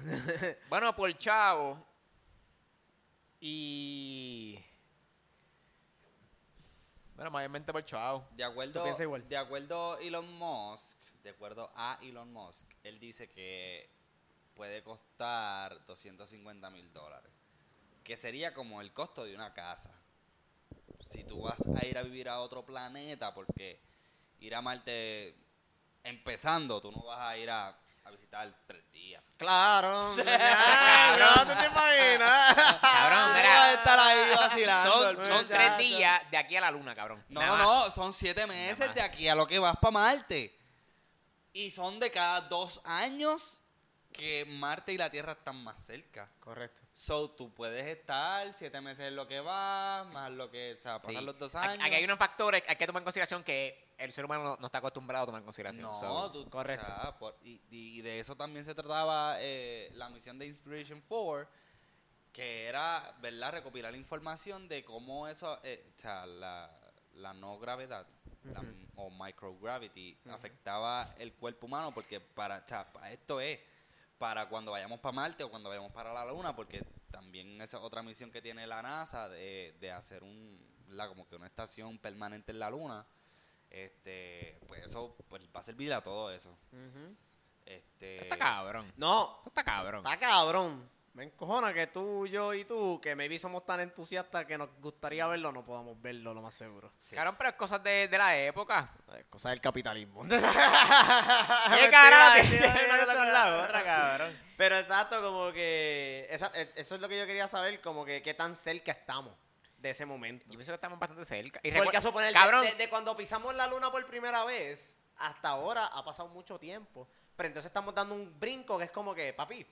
Bueno, por chavo. Y. Bueno, mayormente por chavo. De acuerdo, piensas igual? de acuerdo Elon Musk, de acuerdo a Elon Musk, él dice que puede costar 250 mil dólares, que sería como el costo de una casa. Si tú vas a ir a vivir a otro planeta, porque ir a Marte empezando, tú no vas a ir a, a visitar tres días. claro. Ay, no, ¿tú te imaginas? Cabrón, mira. Vas Ah, a estar ahí vacilando. Son, el- son tres Exacto. días de aquí a la luna, cabrón. No, Nada no, más. no, son siete meses más. de aquí a lo que vas para Marte. Y son de cada dos años que Marte y la Tierra están más cerca. Correcto. So, tú puedes estar siete meses en lo que vas, más lo que, o sea, pasan Sí. los dos Aquí- años. Aquí hay unos factores que hay que tomar en consideración que el ser humano no, no está acostumbrado a tomar en consideración. No, so. tú- correcto. o sea, por- y, y de eso también se trataba eh, la misión de Inspiration 4, que era, ¿verdad?, recopilar información de cómo eso, eh, o sea, la, la no gravedad la- o microgravity afectaba el cuerpo humano, porque para, o sea, pa- esto es para cuando vayamos para Marte o cuando vayamos para la Luna, porque también esa es otra misión que tiene la NASA de, de hacer un, la, como que una estación permanente en la Luna. Este, pues eso pues va a servir a todo eso. Este, Está cabrón. No, eh, Está cabrón. Está cabrón. Me encojona que tú, yo y tú, que maybe somos tan entusiastas que nos gustaría verlo, no podamos verlo, lo más seguro. Cabrón, pero es cosas de, de la época. Eh, Cosa del capitalismo. ¡Qué Ah, Mentira, karate! mentira, Una cosa con la otra, cabrón. Pero exacto, como que esa- e- eso es lo que yo quería saber, como que qué tan cerca estamos de ese momento. Yo pienso que estamos bastante cerca. Y Porque recuer- a suponer, de- cabrón, de- de cuando pisamos la luna por primera vez, hasta ahora ha pasado mucho tiempo. Pero entonces estamos dando un brinco que es como que, papi,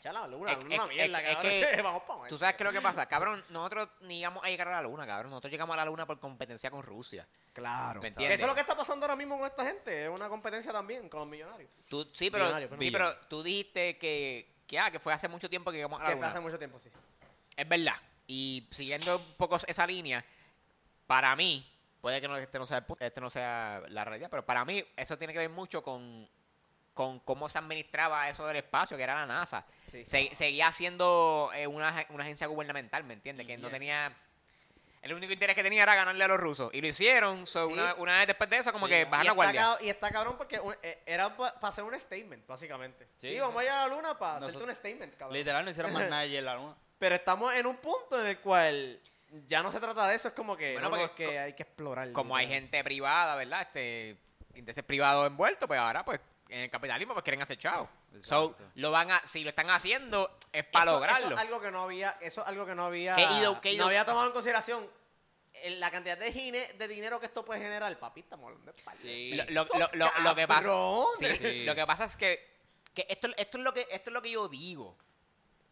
chala, la luna, Es- la luna es una es- mierda, es- es cabrón. que vamos pa' tú sabes qué es lo que pasa. Cabrón, nosotros ni íbamos a llegar a la luna, cabrón. Nosotros llegamos a la luna por competencia con Rusia. Claro. ¿Me Que entiendes? Eso es lo que está pasando ahora mismo con esta gente. Es una competencia también con los millonarios. Tú, sí, pero, Millonario, pero sí, no. pero tú dijiste que, que, ah, que fue hace mucho tiempo que llegamos a la Que fue luna. hace mucho tiempo, sí. Es verdad. Y siguiendo un poco esa línea, para mí, puede que no, este, no sea el pu- este no sea la realidad, pero para mí eso tiene que ver mucho con, con cómo se administraba eso del espacio, que era la NASA. Sí. Se- seguía siendo eh, una, ag- una agencia gubernamental, ¿me entiendes? Que no Yes. tenía... El único interés que tenía era ganarle a los rusos. Y lo hicieron. so, Sí. una, una vez después de eso, como Sí, que y bajaron la está guardia. cab- y está cabrón porque un- eh, era para hacer un statement, básicamente. Sí, Sí. vamos a ir a la luna para hacerte Nosotros- un statement, cabrón. Literal, no hicieron más nada ayer la luna. Pero estamos en un punto en el cual ya no se trata de eso, es como que, Bueno, no, no, porque es que co- hay que explorar. como hay literal. gente privada, ¿verdad? Este intereses privados envueltos, pues ahora pues en el capitalismo pues quieren hacer chao. So, Exacto. lo van a, si lo están haciendo es para Eso- lograrlo. Eso es algo que no había, eso es algo que no había, ¿Qué ido- qué ido- no había tomado en consideración. En la cantidad de, gine- de dinero que esto puede generar, papi, estamos hablando de par de Sí. lo, pesos, lo- lo- lo- lo que pasa, cabrón. sí, Sí. lo que pasa es que, que esto, esto es lo que esto es lo que yo digo.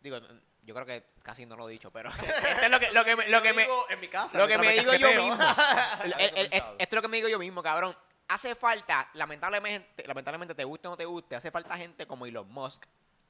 Digo, yo creo que casi no lo he dicho, pero esto es lo que lo que me- lo que me digo en mi casa, Lo que me mientras digo yo casqueteo. mismo. El- el- el- comenzado. esto es lo que me digo yo mismo, cabrón. Hace falta, lamentablemente, lamentablemente te guste o no te guste, hace falta gente como Elon Musk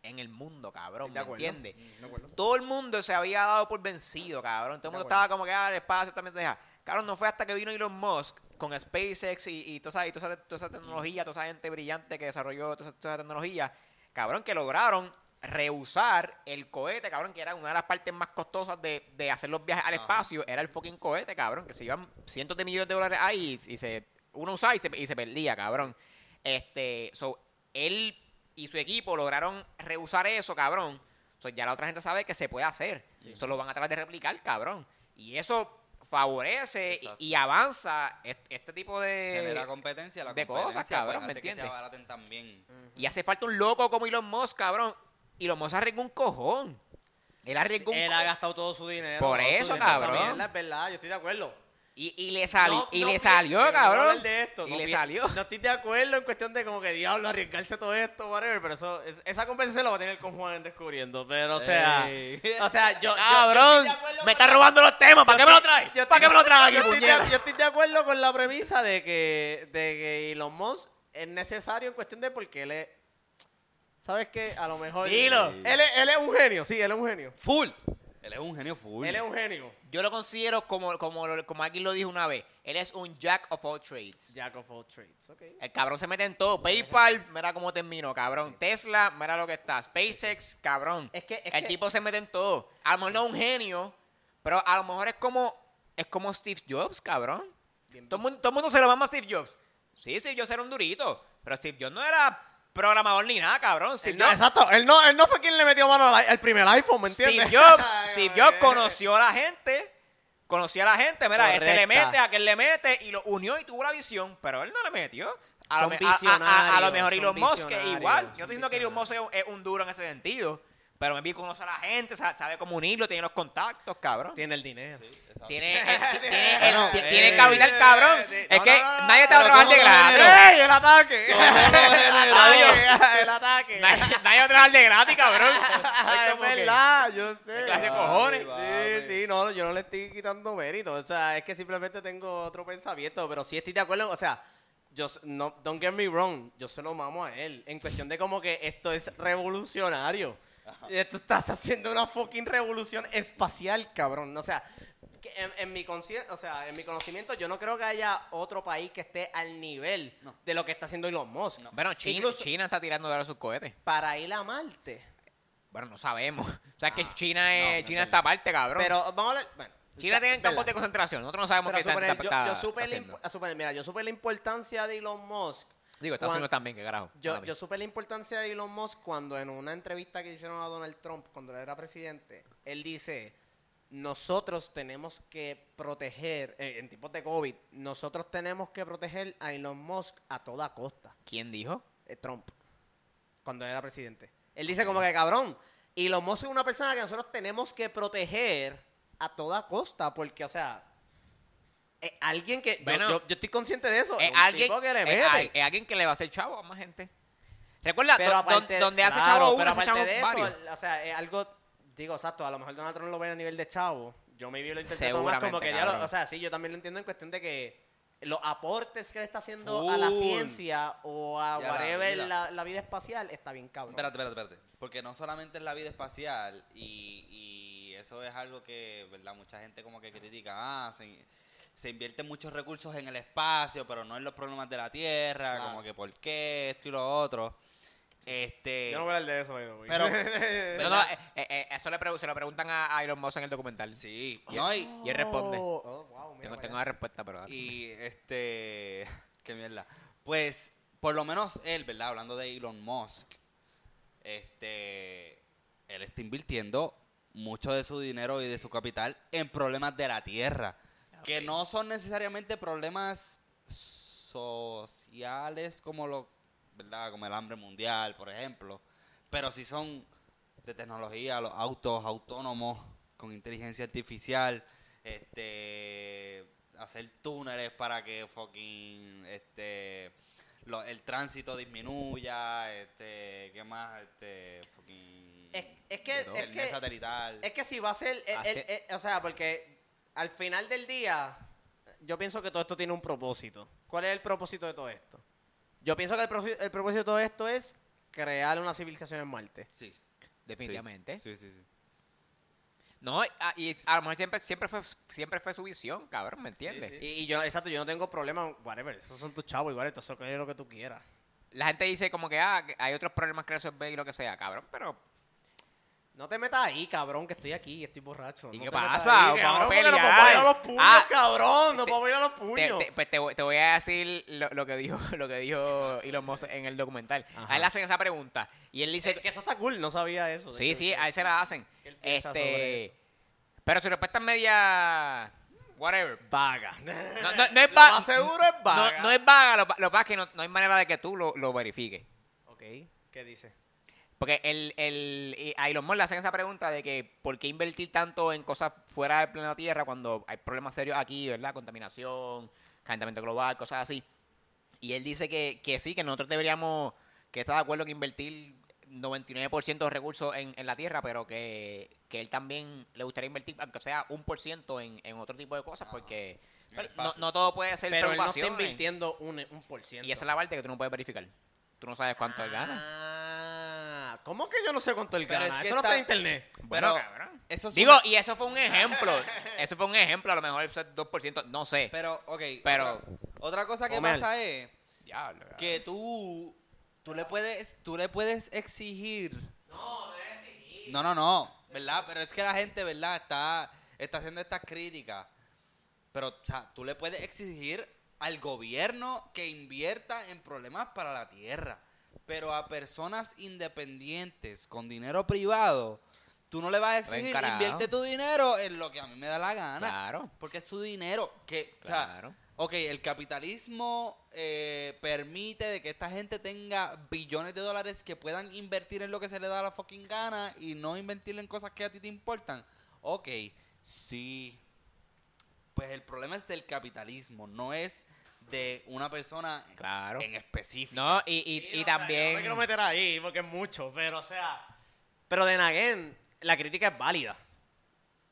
en el mundo, cabrón. De ¿Me acuerdo. entiendes? Mm, De acuerdo. Todo el mundo se había dado por vencido, cabrón. Todo el De mundo acuerdo. estaba como que ah, el espacio también te deja. Cabrón, no fue hasta que vino Elon Musk con SpaceX y, y toda, esa, y toda esa- toda esa tecnología, toda esa gente brillante que desarrolló toda esa, toda esa tecnología, cabrón, que lograron rehusar el cohete, cabrón, que era una de las partes más costosas de, de hacer los viajes al Ajá. espacio, era el fucking cohete, cabrón, que se iban cientos de millones de dólares ahí y, y se uno usaba y se, y se perdía, cabrón. Este, so, él y su equipo lograron rehusar eso, cabrón. So, ya la otra gente sabe que se puede hacer. Eso lo van a tratar de replicar, cabrón. Y eso favorece y- Exacto. y, avanza est- este tipo Genera de... competencia, la de competencia, cosas, cabrón, ¿me pues, hace que se entiendes? abaraten también. Y hace falta un loco como Elon Musk, cabrón. Elon Musk arriesgó un cojón. Él arriesgó un Él ha cojón. gastado todo su dinero. Por todo su eso, dinero en esta cabrón. mierda, es verdad, yo estoy de acuerdo. Y, y le, sali- No, y no le pi- salió, pero no cabrón. hablar de esto, y no le pi- salió. No estoy de acuerdo en cuestión de como que diablo arriesgarse todo esto, whatever, pero eso, es- esa competencia la va a tener con Juan en descubriendo, pero o sea, Ey. o sea, yo- yo, yo estoy cabrón, de acuerdo me con está la- robando los temas. ¿Para yo qué me lo estoy- traes? yo ¿Para estoy- qué me lo traes aquí, yo estoy de- puñeta? Yo estoy de acuerdo con la premisa de que, de que Elon Musk es necesario en cuestión de porque él es. ¿Sabes qué? A lo mejor. Dilo. Él es, él es un genio, sí, él es un genio. Full. Él es un genio full. Él es un genio. Yo lo considero, como, como, lo- como alguien lo dijo una vez, él es un jack of all trades. Jack of all trades, ok. El cabrón se mete en todo. PayPal, mira cómo terminó, cabrón. Tesla, mira lo que está. SpaceX, cabrón. Es que- es el que- tipo se mete en todo. A lo mejor no es un genio, pero a lo mejor es como, es como Steve Jobs, cabrón. Bien Todo el, mundo, todo el mundo se lo mama a Steve Jobs. Sí, Steve Jobs era un durito, pero Steve Jobs no era programador ni nada, cabrón. Steve Él no- Jobs- exacto, él no, él no fue quien le metió mano al, al primer iPhone, ¿me entiendes? Steve Jobs, Ay, Steve como Jobs que- conoció a la gente, conoció a la gente, mira, este le Correcta. mete, aquel le mete y lo unió y tuvo la visión, pero él no le metió. A, lo, Son me- a- a- a- a lo visionarios, mejor son Elon Musk que visionarios, igual. Yo son estoy diciendo que Elon Musk es un, es un duro en ese sentido, pero me vi conoce a la gente, sa- sabe, cómo unirlo, tiene los contactos, cabrón. Tiene el dinero. Sí, exacto. Tiene, eh, tiene, Bueno, el- ti- eh, tiene el capital, cabrón. eh, es no, que no, no, nadie te va a pero trabajar de ¿cómo no gratis. genera? ¡Ey, el ataque! ¿Cómo no genera? Adiós, el ataque. Nadie, nadie va a trabajar de gratis, cabrón. Ah, Es es como que- verdad, yo sé. ¿Qué clase de Sí, cojones? Sí, sí, no, yo no le estoy quitando mérito. O sea, es que simplemente tengo otro pensamiento, pero sí estoy de acuerdo. O sea, yo, s- no, don't get me wrong, yo se lo mamo a él. En cuestión de como que esto es revolucionario. Esto estás haciendo una fucking revolución espacial, cabrón. O sea, que en, en mi consci- o sea, en mi conocimiento, yo no creo que haya otro país que esté al nivel No. de lo que está haciendo Elon Musk. Bueno, China, Incluso- China está tirando de ahora sus cohetes. Para ir a Marte. Bueno, no sabemos. O sea, que Ah, China es, no, no China es está aparte, cabrón. Pero vamos a hablar. Bueno, China tiene campos ¿verdad? de concentración. Nosotros no sabemos Pero qué a está, suponer, está, yo, está- yo está supe la haciendo. imp- a suponer, mira, yo supe la importancia de Elon Musk Digo, Estados Juan- Unidos también, qué carajo. Yo, Mala yo mía. supe la importancia de Elon Musk cuando en una entrevista que hicieron a Donald Trump cuando él era presidente, él dice, nosotros tenemos que proteger, eh, en tiempos de COVID, nosotros tenemos que proteger a Elon Musk a toda costa, ¿Quién dijo? eh, Trump, cuando él era presidente. Él dice como que, cabrón, Elon Musk es una persona que nosotros tenemos que proteger a toda costa, porque, o sea... eh, alguien que. yo- Bueno, yo, yo estoy consciente de eso. Es un alguien, eh, tipo que le es mete. al- es alguien que le va a hacer chavo a más gente. Recuerda, Pero do- aparte don- de- donde hace claro, chavo pero uno, hace aparte chavo de eso, varios. O sea, es algo, digo, exacto, a lo mejor Donald Trump lo ve a nivel de chavo. Yo me vi lo interpreto más Seguramente, como que ya lo- cabrón. O sea, sí, yo también lo entiendo en cuestión de que los aportes que le está haciendo a la Full. ciencia o a Y a la whatever la vida. la vida. espacial está bien cabrón. Espérate, espérate, espérate. Porque no solamente es la vida espacial y, y eso es algo que, ¿verdad? Mucha gente como que critica. Ah, se, se invierten muchos recursos en el espacio, pero no en los problemas de la Tierra. Claro. Como que por qué, esto y lo otro. Eh, Este... Yo no voy a hablar de eso, pero, pero, No, no, eh, eh, eh, eso le pregu- se lo preguntan a, a Elon Musk en el documental. sí. Y- No, y, y él responde. Oh, oh, wow, mira Tengo, para tengo allá. la respuesta, pero... Y este. Qué mierda. Pues, por lo menos él, ¿verdad? Hablando de Elon Musk, este. Él está invirtiendo mucho de su dinero y de su capital en problemas de la tierra. Que no son necesariamente problemas sociales como lo. ¿Verdad? Como el hambre mundial, por ejemplo. Pero sí son de tecnología, los autos autónomos con inteligencia artificial, este hacer túneles para que fucking este lo- el tránsito disminuya, este qué más, este fucking Es- es que- es internet que- satelital. Es que si va a ser, eh, Hace- eh, eh, o sea, porque al final del día, yo pienso que todo esto tiene un propósito. ¿Cuál es el propósito de todo esto? Yo pienso que el, profi- el propósito de todo esto es crear una civilización en Marte. sí. Definitivamente. Sí, sí, sí. No, y a- y a lo mejor siempre, siempre, fue, siempre fue su visión, cabrón, ¿me entiendes? sí. Y, y yo, exacto, yo no tengo problema, whatever, esos son tus chavos, igual, entonces es lo que tú quieras. Y La gente dice como que, ah, que hay otros problemas que resolver y lo que sea, cabrón, pero... No te metas ahí, cabrón, que estoy aquí, estoy borracho. ¿Y no qué te metas pasa? ahí, Vamos a cabrón, porque nos pelear. vamos a ir a los puños, Ah, cabrón, nos te- vamos a ir a los Te, puños. te- pues te, voy- te voy a decir lo, lo que dijo lo que dijo Elon Musk en el documental. Ajá. A él le hacen esa pregunta y él Es dice... que eso está cool, no sabía eso. de sí, ah, que- sí, a él se la hacen. que él piensa sobre Este, eso. pero su respuesta es media... Whatever. Vaga. No, no- no es Lo va- más seguro es vaga. No, no es vaga, lo, pa- lo que pasa es que no, no hay manera de que tú lo, lo verifiques. Ok, ¿qué dice? Porque el, el, y a Elon Musk le hacen esa pregunta de que ¿por qué invertir tanto en cosas fuera del planeta Tierra cuando hay problemas serios aquí, ¿verdad? Contaminación, calentamiento global, cosas así. Y él dice que, que sí, que nosotros deberíamos, que está de acuerdo que invertir 99% de recursos en, en la Tierra, pero que, que él también le gustaría invertir, aunque sea un por ciento en, en otro tipo de cosas, Ajá. porque En el no- no, espacio. todo puede ser Ah, Pero él no está preocupación. invirtiendo un, un por ciento. eh. y esa es la parte que tú no puedes verificar. Tú no sabes cuánto él gana. Ah, ¿cómo que yo no sé cuánto él Pero gana? es que Eso no está en está- internet. Bueno, Pero cabrón. eso es Digo, una- y eso fue un ejemplo. Eso fue un ejemplo, a lo mejor eso es 2%, no sé. pero ok, Pero- otra, otra cosa que Omar. pasa es Diablo, que tú tú le puedes tú le puedes exigir No, no, no, ¿verdad? Pero es que la gente, ¿verdad? Está, está haciendo estas críticas. Pero, o sea, tú le puedes exigir al gobierno que invierta en problemas para la tierra. Pero a personas independientes con dinero privado, tú no le vas a exigir, carajo. invierte tu dinero en lo que a mí me da la gana. Claro. Porque es su dinero. Que, o sea, Claro. ok, el capitalismo eh, permite de que esta gente tenga billones de dólares que puedan invertir en lo que se le da la fucking gana y no invertir en cosas que a ti te importan. Ok, sí. Pues el problema es del capitalismo, no es de una persona Claro. en específico. No, y, y, no y me también... quiero meter ahí porque es mucho, pero o sea. Pero de Naguen, la crítica es válida.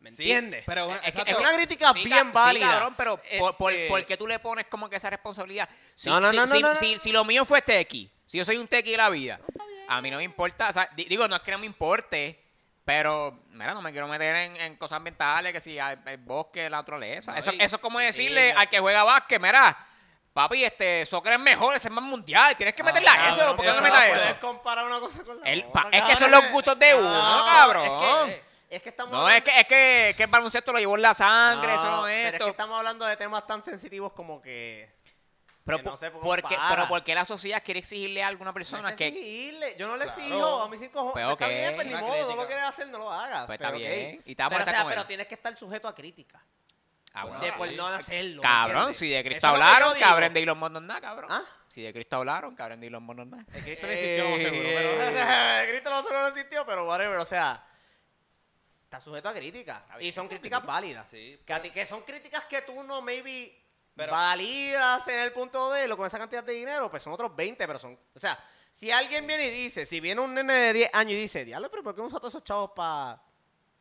¿Me Sí, entiendes? Pero una, Es que- es exacto. una crítica Sí, bien ca- válida. Sí, cabrón, pero por, por, Este- ¿por qué tú le pones como que esa responsabilidad? Si, No, no, si, no, no, si- no, si- no. si lo mío fue tequi, si yo soy un tequi de la vida, a mí no me importa, o sea, di- digo, no es que no me importe, pero, mira, no me quiero meter en, en cosas ambientales, que si hay- el bosque, la naturaleza, No, eso, y- eso es como y- decirle y- al que juega básquet, mira, papi, este, soccer es mejor, ese es más mundial, tienes que Ah, meterle a eso, Cabrón, ¿por qué no pero le metas no eso? puedes comparar una cosa con la El- otra, pa- es que son cabrón. los gustos de uno, No, cabrón. Es que, es que estamos No, hablando- es que, es que, es que el baloncesto lo llevó en la sangre, eso No, no es pero es esto. que estamos hablando de temas tan sensitivos como que Pero, que no po- se pongan porque, para. pero ¿por qué la sociedad quiere exigirle algo a una persona No es que... exigirle, Yo no le Claro. exijo a mis cinco Pues, Está ok, bien, pues ni una modo, no crítica. lo quieres hacer, no lo hagas. Pues, está pero, ok. bien, y te vas pero, a o molestar sea, con pero él. tienes que estar sujeto a crítica. Ah, bueno. de Ah, por sí. no hacerlo. ¿me Cabrón, entiendes? si de Cristo Eso es lo que yo hablaron, digo. cabrón de Elon Musk no es nada, cabrón. ¿Ah? Si de Cristo hablaron, cabrón de Elon Musk no es nada. El Cristo no existió, seguro, pero... El Eh. Cristo no solo no existió, pero whatever, o sea, está sujeto a críticas. bien. Y son críticas válidas. Sí, que, a pero- ti- que son críticas que tú no, maybe, Pero- validas en el punto de lo con esa cantidad de dinero, pues son otros 20, pero son, o sea, si alguien viene y dice, si viene un nene de 10 años y dice, diablo, pero ¿por qué no usa todos esos chavos para...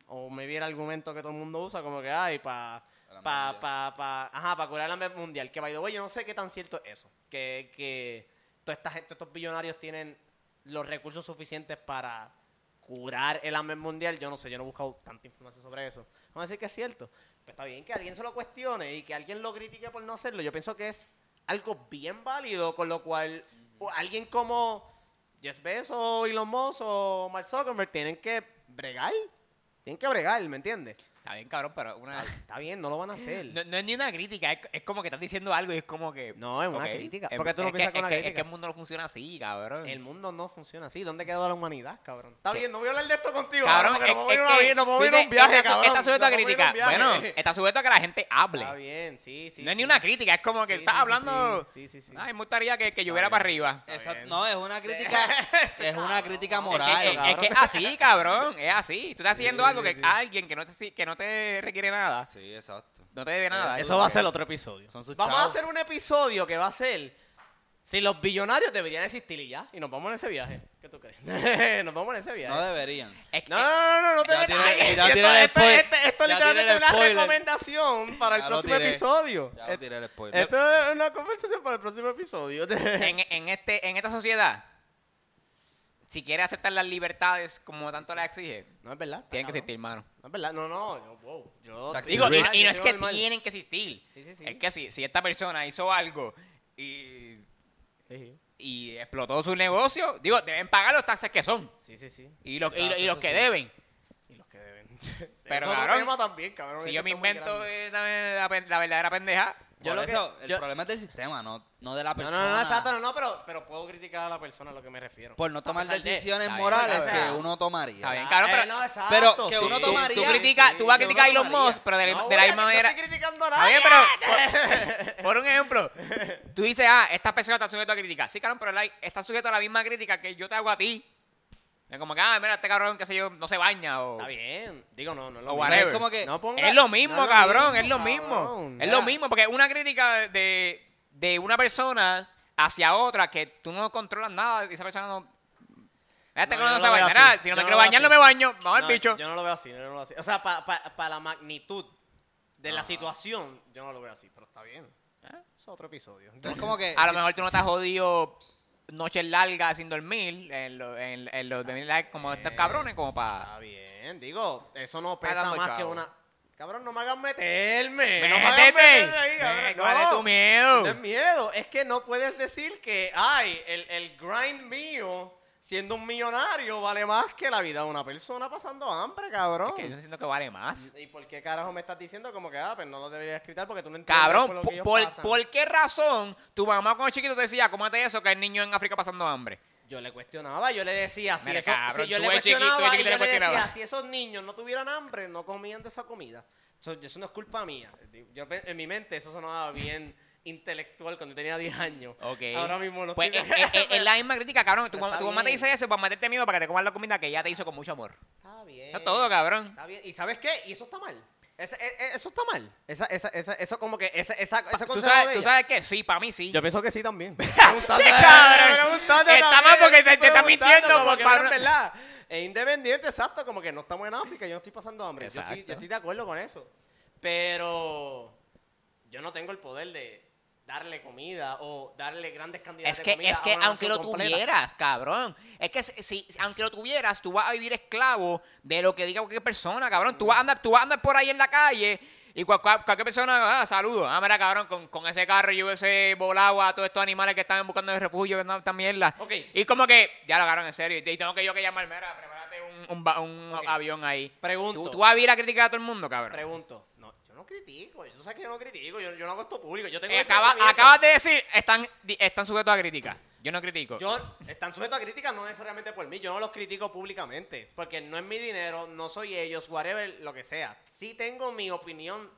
O me vi el argumento que todo el mundo usa, como que, ay, para... Para la Pa, mundial. pa, pa, ajá, para curar la hambre mundial. Que, by the way, yo no sé qué tan cierto es eso. Que, que toda esta gente, estos billonarios tienen los recursos suficientes para curar el hambre mundial. Yo no sé, yo no he buscado tanta información sobre eso. Vamos a decir que es cierto. Pero está bien que alguien se lo cuestione y que alguien lo critique por no hacerlo. Yo pienso que es algo bien válido, con lo cual o alguien como Jeff Bezos, Elon Musk o Mark Zuckerberg tienen que bregar. Tienen que bregar, ¿me entiendes? Está bien, cabrón, pero una... Está bien, no lo van a hacer. No, no es ni una crítica, es, es como que estás diciendo algo y es como que... No, es una ok, crítica. es- Porque tú no es que- piensas con es la que- Es crítica. que el mundo no funciona así, cabrón. El mundo no funciona así. ¿Dónde quedó la humanidad, cabrón? Está ¿Qué? bien, no voy a hablar de esto contigo. Cabrón, ahora, porque es- no me voy a ir a es una que- vi- no me voy a ir a dice, un viaje, está su- cabrón. Está sujeto No a me voy a ir crítica. un viaje. Bueno, está sujeto a que la gente hable. Está bien, sí, sí. no es sí. ni una crítica, es como que Sí, estás sí, sí, hablando. Sí, sí, Eh, sí. Ay, me gustaría que, que lloviera para arriba. Exacto, bien. no, es una crítica, es una crítica Es que, es- eh, moral. es que es así, cabrón. Es así. Tú estás Sí, haciendo sí, algo que sí. alguien que no, te, que no te requiere eh. nada, Sí, exacto. no te debe nada. Eso va a ser otro episodio. Son sus Vamos a chavos. hacer un episodio que va a ser si los billonarios deberían existir y ya. Y nos vamos en ese viaje. ¿Qué tú crees? nos vamos en ese viaje. No deberían. Es que- No, no, no, no, no te Ya metas tiene- ahí. ya Esto- tiene el esto- spoiler. esto- Esto Ya literalmente tiene es el una spoiler. recomendación para el Ya lo próximo tiré. episodio. Ya lo tiré el spoiler. Esto es una conversación para el próximo episodio. en, en este, en esta sociedad, si quieres aceptar las libertades como tanto las exige, No es verdad. está tienen que cabrón. existir, hermano. No es verdad. No, no. Yo, wow, ah, yo Está Digo, y, Correcto. y no es que normal. tienen que existir. Sí, sí, sí. Es que si, si esta persona hizo algo y, Sí, y explotó su negocio, digo, deben pagar los taxes que son Sí, sí, sí. y los, y Exacto, los- y los eso que sí. deben. Y los que deben. Pero, Es otro cabrón, tema también, cabrón. Si es yo que me está muy invento grande. eh, la, la pen- la verdadera pendeja, Yo Por lo que- eso, el yo- problema es del sistema, no, no de la No, persona. no, no, exacto, no, no, pero, pero puedo criticar a la persona a lo que me refiero. Por no tomar A pesar de- decisiones Está bien, morales o sea, que uno tomaría. está bien, Ah, cabrón, eh, pero- no, exacto, pero que uno sí, sí, tomaría- tú, critica- sí, tú vas a que uno criticar a Elon tomaría. Musk, pero de, No, de la güey, misma yo manera. estoy criticando a Está bien, nadie. pero por, por un ejemplo, tú dices, ah, esta persona está sujeta a crítica. Sí, cabrón, pero él está sujeto a la misma crítica que yo te hago a ti. Es como que, ah, mira, este cabrón, qué sé yo, no se baña o... Está bien. Digo, no, no es lo O mismo. Pero whatever. pues, es como que No ponga- Es lo mismo, no es lo cabrón, mismo, es lo mismo. cabrón. Es lo Ya. mismo, porque una crítica de, de una persona hacia otra que tú no controlas nada, esa persona no. Este No, cabrón yo no, no se lo veo baña. así. Nada, si Yo no me no quiero lo veo bañar, no así. me baño. Vamos al No, bicho. Yo no lo veo así, yo no lo veo así. O sea, para la magnitud de la Ajá. situación, yo no lo veo así, pero está bien. Ah. Es otro episodio. Es como que A lo si- mejor tú no estás jodido noches largas sin dormir en, lo- en- en los de like como Eh. estos cabrones, como para. Está bien, digo, eso no Está pesa dando más que Ah. chavo. una. Cabrón, no me hagas meterme. No me hagas ¡Métete! meterme ahí, cabrón. Ven, ¿Cuál es eh, No. tu miedo? No es miedo, es que no puedes decir que, ay, el, el grind mío, siendo un millonario, vale más que la vida de una persona pasando hambre, cabrón. Es que yo siento que vale más. ¿Y por qué carajo me estás diciendo como que, ah, pues no lo deberías gritar porque tú no entiendes Cabrón, por lo po- que ellos por, pasan? ¿por qué razón tu mamá cuando chiquito te decía, cómate eso, que hay niños en África pasando hambre? Yo le cuestionaba, yo le decía, si, Mira, eso- cabrón, si yo tú le eres chiquito, cuestionaba, eres y chiquito, yo le le decía, cuestionabas. si esos niños no tuvieran hambre, no comían de esa comida. Eso, eso no es culpa mía. Yo, pe- en mi mente eso sonaba bien intelectual cuando yo tenía 10 años. Ok. Ahora mismo lo Pues es, estoy- es- es- es la misma crítica, cabrón. Tu, Pero mamá- está tu mamá te bien. dice eso para meterte miedo para que te comas la comida que ella te hizo con mucho amor. Está bien. Eso es todo, cabrón. Eh. Está bien. ¿Y sabes qué? Y eso está mal. Ese- e- e- eso está mal. Esa, esa, esa, eso como que... Esa, esa, ese ¿Tú consejo sabes, de ¿Tú ella. sabes qué? Sí, para mí sí. Yo pienso que sí también. Preguntando, cabrón! preguntando Está también, mal porque te- te está preguntando, mintiendo, como porque que, bueno, para- en verdad. Es independiente, exacto, como que no estamos en África, yo no estoy pasando hambre. Yo estoy, Exacto. yo estoy de acuerdo con eso. Pero yo no tengo el poder de darle comida o darle grandes cantidades Es de que, comida es a que una aunque lo nación completa. tuvieras, cabrón. Es que si, si- aunque lo tuvieras, tú vas a vivir esclavo de lo que diga cualquier persona, cabrón. Tú vas a andar, tú vas a andar por ahí en la calle y cual- cual- cualquier persona, ah, saludo. Ah, mira, cabrón, con, con ese carro yo hubiese volado a todos estos animales que estaban buscando el refugio, que no, esta mierda. Ok. Y como que, ya lo cabrón, en serio. Y tengo que yo que llamar, mira, prepárate un, un ba- un Ok. avión ahí. Pregunto. ah, Tú, tú vas a ir a criticar a todo el mundo, cabrón. Pregunto. No, yo no no critico. Yo sé que yo no critico. Yo, yo no hago esto público. Yo tengo Eh, mis acaba- pensamientos. acabas de decir, están, di- están sujetos a crítica. Yo no critico. Yo, están sujetos a críticas no necesariamente por mí, yo no los critico públicamente, porque no es mi dinero, no soy ellos, whatever, lo que sea. Sí tengo mi opinión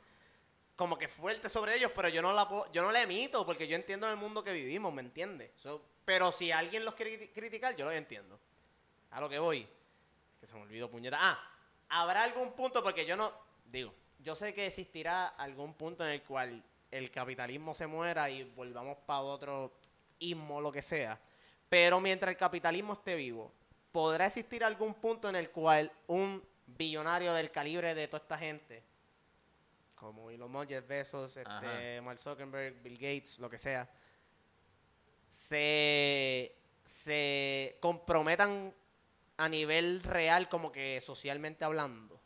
como que fuerte sobre ellos, pero yo no la puedo- yo no la emito porque yo entiendo el mundo que vivimos, ¿me entiendes? So, pero si alguien los quiere criti- criticar, yo los entiendo. A lo que voy, que se me olvidó puñeta. Ah, habrá algún punto porque yo no digo, yo sé que existirá algún punto en el cual el capitalismo se muera y volvamos para otro ismo, lo que sea. Pero mientras el capitalismo esté vivo, podrá existir algún punto en el cual un billonario del calibre de toda esta gente, como Elon Musk, Jeff Bezos, este, Ajá. Mark Zuckerberg, Bill Gates, lo que sea, se, se comprometan a nivel real, como que socialmente hablando.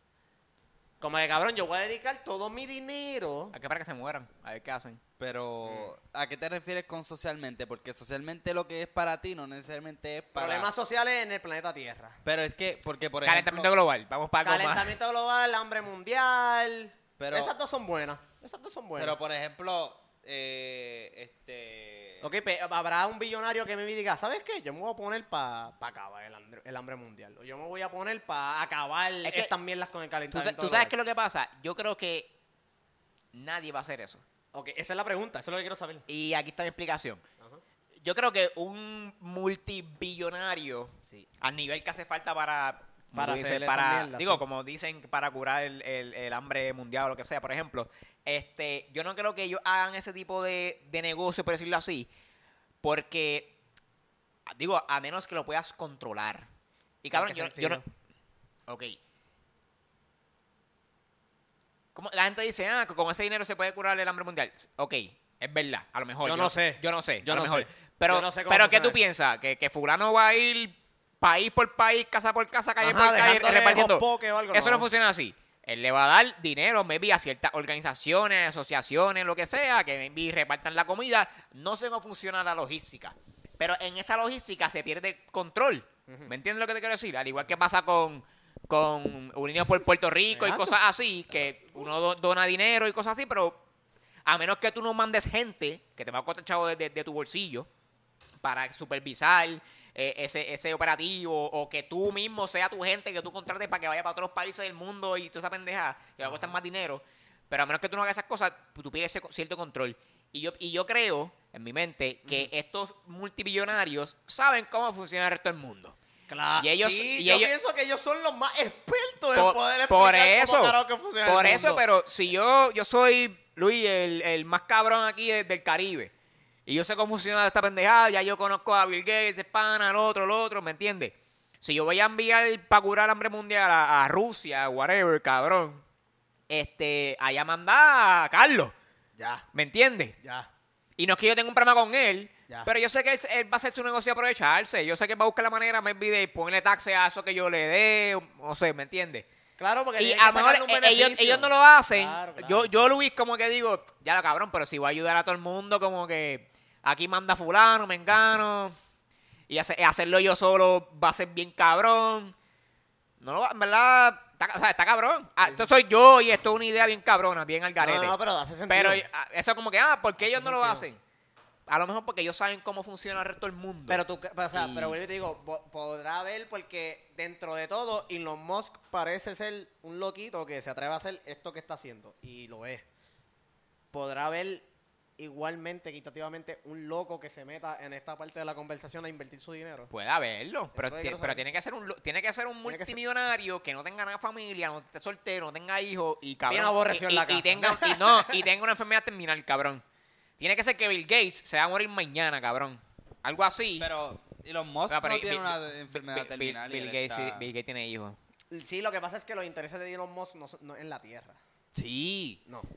Como que cabrón, yo voy a dedicar todo mi dinero. ¿A qué para que se mueran? A ver qué hacen. Pero, Mm. ¿a qué te refieres con socialmente? Porque socialmente lo que es para ti no necesariamente es para... Problemas sociales en el planeta Tierra. Pero es que, porque por Calentamiento ejemplo... global. Vamos para algo más. Calentamiento global, hambre mundial. Pero- Esas dos son buenas. Esas dos son buenas. Pero por ejemplo, eh, este... Ok, pe- habrá un billonario que me diga, ¿sabes qué? Yo me voy a poner para acabar el, hambre- el hambre mundial. O yo me voy a poner para acabar Es que- estas mierdas con el ¿Tú, sa- calentamiento tú sabes qué es global". lo que pasa? Yo creo que nadie va a hacer eso. Ok, esa es la pregunta. Eso es lo que quiero saber. Y aquí está mi explicación. Ajá. Yo creo que un multibillonario Sí. al nivel que hace falta para como Para tú dices, hacer esa para- mierda, digo sí. como dicen para curar el, el- el hambre mundial o lo que sea por ejemplo este yo no creo que ellos hagan ese tipo de, de negocio por decirlo así porque digo a menos que lo puedas controlar y cabrón qué yo, yo no sentido? ok como la gente dice ah que con ese dinero se puede curar el hambre mundial ok es verdad a lo mejor Yo no sé. yo no sé Yo a lo no mejor. sé. pero Yo no sé cómo pero qué funciona tú eso. piensas que, que fulano va a ir país por país casa por casa calle Ajá, por calle dejándole repartiendo jopoque o algo, eso no. no. funciona así él le va a dar dinero maybe a ciertas organizaciones asociaciones lo que sea que maybe repartan la comida no sé cómo funciona la logística pero en esa logística se pierde control ¿me entiendes lo que te quiero decir? al igual que pasa con con Unidos por Puerto Rico y Exacto. cosas así que uno do- dona dinero y cosas así pero a menos que tú no mandes gente que te va a costar chavo desde de tu bolsillo para supervisar eh, ese, ese operativo o que tú mismo sea tu gente que tú contrates para que vaya para otros países del mundo y toda esa pendeja que va a costar más dinero. Pero a menos que tú no hagas esas cosas, pues, tú pierdes ese co- cierto control. Y yo, y yo creo, en mi mente, que estos multibillonarios saben cómo funciona el resto del mundo. Claro. Y ellos- sí, y yo ellos- pienso que ellos son los más expertos en Por, poder explicar por cómo eso, carajo que funciona el por eso, mundo. pero si yo, yo soy, Luis, el, el más cabrón aquí de- del Caribe, y yo sé cómo funciona esta pendejada, ya yo conozco a Bill Gates, de pana, al otro, al otro, ¿me entiendes? Si yo voy a enviar para curar hambre mundial a, a Rusia, whatever, cabrón, este, allá manda a Carlos, Ya, ¿me entiendes? ya. Y no es que yo tenga un problema con él, Ya. pero yo sé que él, él va a hacer su negocio y aprovecharse. Yo sé que él va a buscar la manera, me de ponerle taxes a eso que yo le dé, o- no sé, ¿me entiendes? Claro, porque Y tienen a que lo mejor sacarle un eh, ellos, beneficio. ellos no lo hacen. Claro, claro. Yo, yo, Luis, como que digo, ya lo cabrón, pero si voy a ayudar a todo el mundo, como que aquí manda fulano, mengano, y hace- hacerlo yo solo va a ser bien cabrón. No lo va, en verdad, está, o sea, está cabrón. Ah, esto soy yo y esto es una idea bien cabrona, bien al garete. No, no, pero hace sentido. Pero ah, eso como que, ah, ¿por qué ellos no lo Sentido. hacen? A lo mejor porque ellos saben cómo funciona el resto del mundo. Pero tú, cre- pero, o sea, pero vuelvo y te digo, po- podrá ver porque dentro de todo Elon Musk parece ser un loquito que se atreve a hacer esto que está haciendo y lo es. Podrá ver igualmente, equitativamente, un loco que se meta en esta parte de la conversación a invertir su dinero. Puede haberlo, pero, lo que ti- quiero pero saber. tiene que ser un lo- tiene que ser un Tiene que ser- multimillonario que no tenga nada de familia, no esté soltero, no tenga hijos y cabrón. Bien aborrecido y, en la y- y casa. tenga, y no, y tenga una enfermedad terminal, cabrón. Tiene que ser que Bill Gates se va a morir mañana, cabrón. Algo así. Pero Elon Musk Ah, pero no y- tiene Bill- una Bill- enfermedad Bill- terminal. y Bill, él Gates, sí, está- Bill Gates tiene hijos. Sí, lo que pasa es que los intereses de Elon Musk no, son- no es en la tierra. Sí. No. Él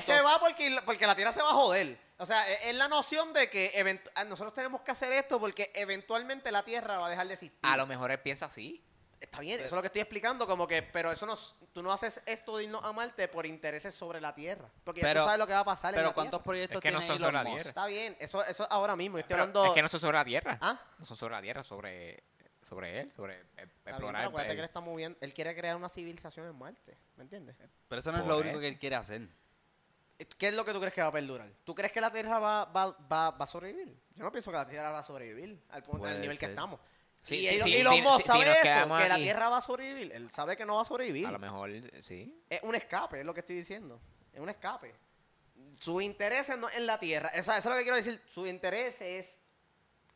Autos- se va porque, porque la tierra se va a joder. O sea, e, es- es la noción de que event- ah, nosotros tenemos que hacer esto porque eventualmente la tierra va a dejar de existir. A lo mejor él piensa así. Está bien, eso es lo que estoy explicando, como que, pero eso no, s- tú no haces esto de irnos a Marte por intereses sobre la Tierra, porque ya Pero- tú sabes lo que va a pasar en Pero la ¿cuántos proyectos Es que no tiene son sobre la Elon Musk? Tierra. Está tierra. bien, eso, eso ahora mismo, yo estoy Pero hablando... Es que no son sobre la tierra. ¿Ah? No son sobre la tierra, sobre, sobre él, sobre eh, Está bien, explorar. pero acuérdate eh, que él está moviendo, él quiere crear una civilización en Marte, ¿me entiendes? Pero eso no es Por lo único eso. que él quiere hacer. ¿Qué es lo que tú crees que va a perdurar? ¿Tú crees que la Tierra va, va, va, va a sobrevivir? Yo no pienso que la Tierra va a sobrevivir al punto Puede del nivel que ser. estamos. Sí, y sí, el- sí, Elon sí, Musk sí, sí, sabe nos eso, quedamos que la aquí. Tierra va a sobrevivir. Él sabe que no va a sobrevivir. A lo mejor, eh, sí. Es un escape, es lo que estoy diciendo. Es un escape. Su interés no es en la Tierra. Eso, eso es lo que quiero decir. Su interés es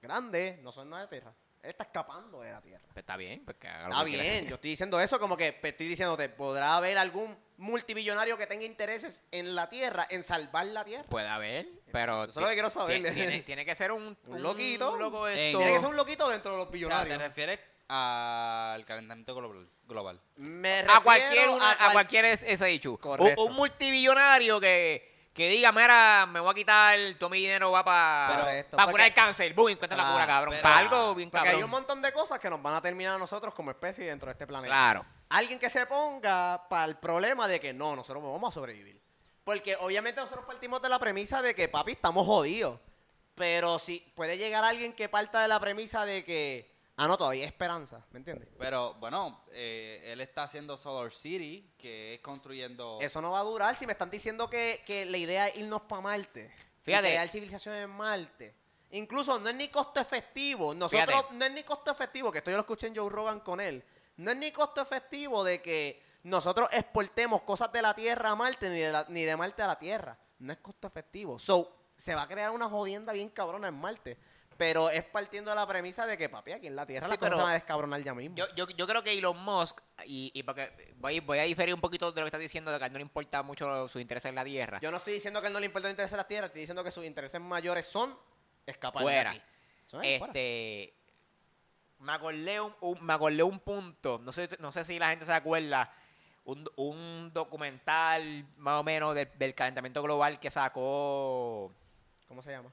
grande, no son nada de Tierra. Él está escapando de la Tierra. Pues está bien, pues que haga lo Está que quiera hacer. bien, yo estoy diciendo eso como que pues, estoy diciéndote, podrá haber algún multimillonario que tenga intereses en la Tierra, en salvar la Tierra. Puede haber, pero. eso es lo que ti- quiero saber. ti- Tiene, tiene que ser un, Un loquito. Un loco Eh, esto. Tiene que ser un loquito dentro de los O sea, billonarios. te refieres al calentamiento global. global. Me a refiero cualquier, una- a, cual- cualquier es- ese dicho. Correcto. O- Un, multimillonario que, que diga, mira, me voy a quitar todo mi dinero, va para Correcto, curar el porque- cáncer. ¡Bum! Encuentra la Ah, cura, cabrón. pero- Para algo bien Porque hay un cabrón. montón de cosas que nos van a terminar a nosotros como especie dentro de este planeta. Claro. Alguien que se ponga para el problema de que no, nosotros vamos a sobrevivir. Porque obviamente nosotros partimos de la premisa de que, papi, estamos jodidos. Pero si puede llegar alguien que parta de la premisa de que, ah, no, todavía hay esperanza, ¿me entiendes? Pero bueno, eh, él está haciendo Solar City, que es construyendo. Eso no va a durar si me están diciendo que, que la idea es irnos para Marte. Fíjate. Y crear civilización en Marte. Incluso no es ni costo efectivo. Nosotros Fíjate. no es ni costo efectivo, que esto yo lo escuché en Joe Rogan con él. No es ni costo efectivo de que nosotros exportemos cosas de la Tierra a Marte ni de, la- ni de Marte a la Tierra. No es costo efectivo. So, se va a crear una jodienda bien cabrona en Marte. Pero es partiendo de la premisa de que, papi, aquí en la Tierra Sí, las cosas pero- se van a descabronar ya mismo. Yo, yo, yo creo que Elon Musk, y, y porque voy, voy a diferir un poquito de lo que estás diciendo, de que a él no le importa mucho su interés en la tierra. Yo no estoy diciendo que a él no le importa el interés de la tierra, estoy diciendo que sus intereses mayores son escapar Fuera. de aquí. Son fuera. Este. Me acordé un, un- me acordé un punto. No sé, no sé si la gente se acuerda. Un, un documental más o menos del, del calentamiento global que sacó. ¿Cómo se llama?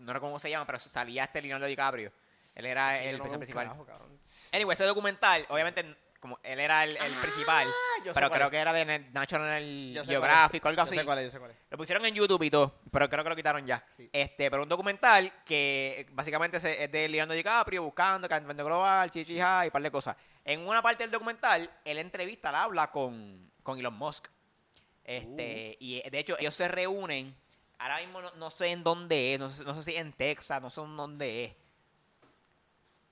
No recuerdo cómo se llama, pero salía este Leonardo DiCaprio. Él era Que yo eh, el no veo un principal. carajo, cabrón. Anyway, ese documental, obviamente, como él era el, el principal. Ah, yo sé Pero cuál creo es. que era de Na- National Yo sé Geographic o cuál algo es. así. Yo sé cuál es, yo sé cuál es. Lo pusieron en YouTube y todo, pero creo que lo quitaron ya. Sí. Este, pero un documental que eh, básicamente se- es de Leonardo DiCaprio buscando calentamiento global, chichija y un par de cosas. En una parte del documental, él entrevista, él habla con, con Elon Musk. Uh. Este, y eh, de hecho, ellos se reúnen. Ahora mismo no, no sé en dónde es, no sé, no sé si en Texas, no sé en dónde es.